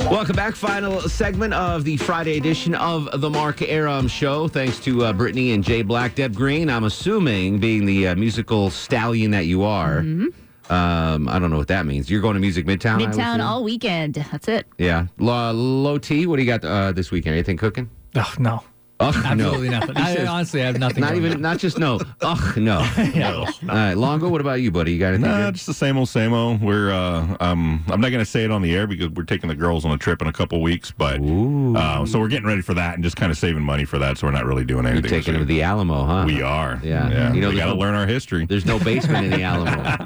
B: Welcome back. Final segment of the Friday edition of the Mark Aram Show. Thanks to uh, Brittany and Jay Black, Deb Green. I'm assuming, being the uh, musical stallion that you are, um, I don't know what that means. You're going to Music Midtown. I would
C: Mm-hmm. Midtown
B: assume?
C: all weekend. That's it.
B: Yeah. Low, low T, what do you got uh, this weekend? Anything cooking?
E: Oh, no.
B: Ugh,
E: Absolutely
B: no.
E: nothing.
B: He
E: I
B: says-
E: honestly have nothing.
B: Not
E: going
B: even,
E: on.
B: not just no. Ugh, no. no. All right, Longo. What about you, buddy? You got anything?
D: Nah,
B: good?
D: just the same old, same old. We're uh, um, I'm not gonna say it on the air because we're taking the girls on a trip in a couple weeks, but uh, so we're getting ready for that and just kind of saving money for that. So we're not really doing anything. You're
B: taking them to the Alamo, huh?
D: We are.
B: Yeah.
D: yeah.
B: You know,
D: we
B: there's
D: gotta
B: no-
D: learn our history.
B: There's no basement in the Alamo.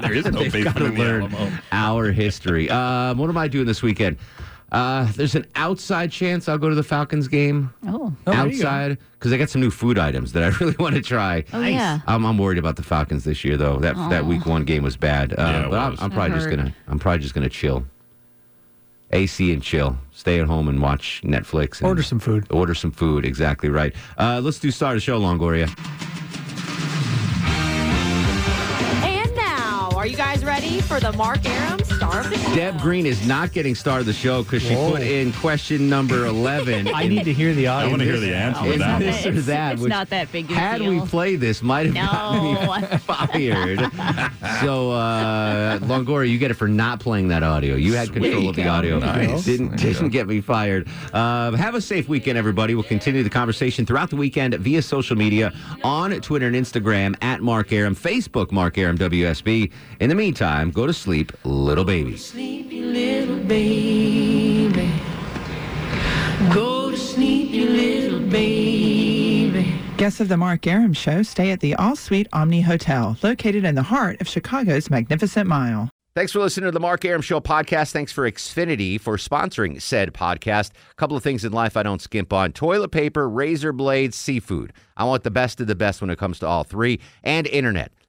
D: there is no
B: They've
D: basement
B: gotta
D: in the
B: learn
D: Alamo.
B: Our history. Um, what am I doing this weekend? Uh, there's an outside chance I'll go to the Falcons game.
C: Oh.
B: outside because I got some new food items that I really want to try.
C: Oh, Nice. yeah.
B: I'm, I'm worried about the Falcons this year though. That that
C: Aw.
B: week one game was bad. Uh, but I'm, I'm
C: That
B: probably just
C: hurt.
B: gonna I'm probably just gonna chill. AC and chill. Stay at home and watch Netflix. And
E: Order some food.
B: Order some food. Exactly right. Uh, let's do start the show, Longoria.
G: And now, are you guys ready for the Mark Aram Star
V: hour.
B: Deb Green is not getting star of the show because she
E: Whoa.
B: put in question number 11.
E: I need to hear the
B: I
E: audio.
B: wanna hear the answer to
E: It's
B: that
E: this
B: one.
E: or that,
G: It's
B: which-
G: not that big of a
B: Had
G: deal.
B: we played this, might have gotten me fired. so, uh, Longoria, you get it for not playing that audio. You had control of the
D: Sweet.
B: audio.
D: Nice.
B: Didn't,
D: There you
B: didn't get me fired. Uh, have a safe weekend, everybody. We'll continue the conversation throughout the weekend via social media on Twitter and Instagram at Mark Aram, Facebook Mark Aram WSB. In the meantime, go to sleep, little babies.
R: sleepy little baby. Go to sleep, you little baby.
W: Guests of the Mark Aram Show stay at the All Suite Omni Hotel, located in the heart of Chicago's Magnificent Mile.
B: Thanks for listening to the Mark Aram Show podcast. Thanks for Xfinity for sponsoring said podcast. A couple of things in life I don't skimp on toilet paper, razor blades, seafood. I want the best of the best when it comes to all three, and internet.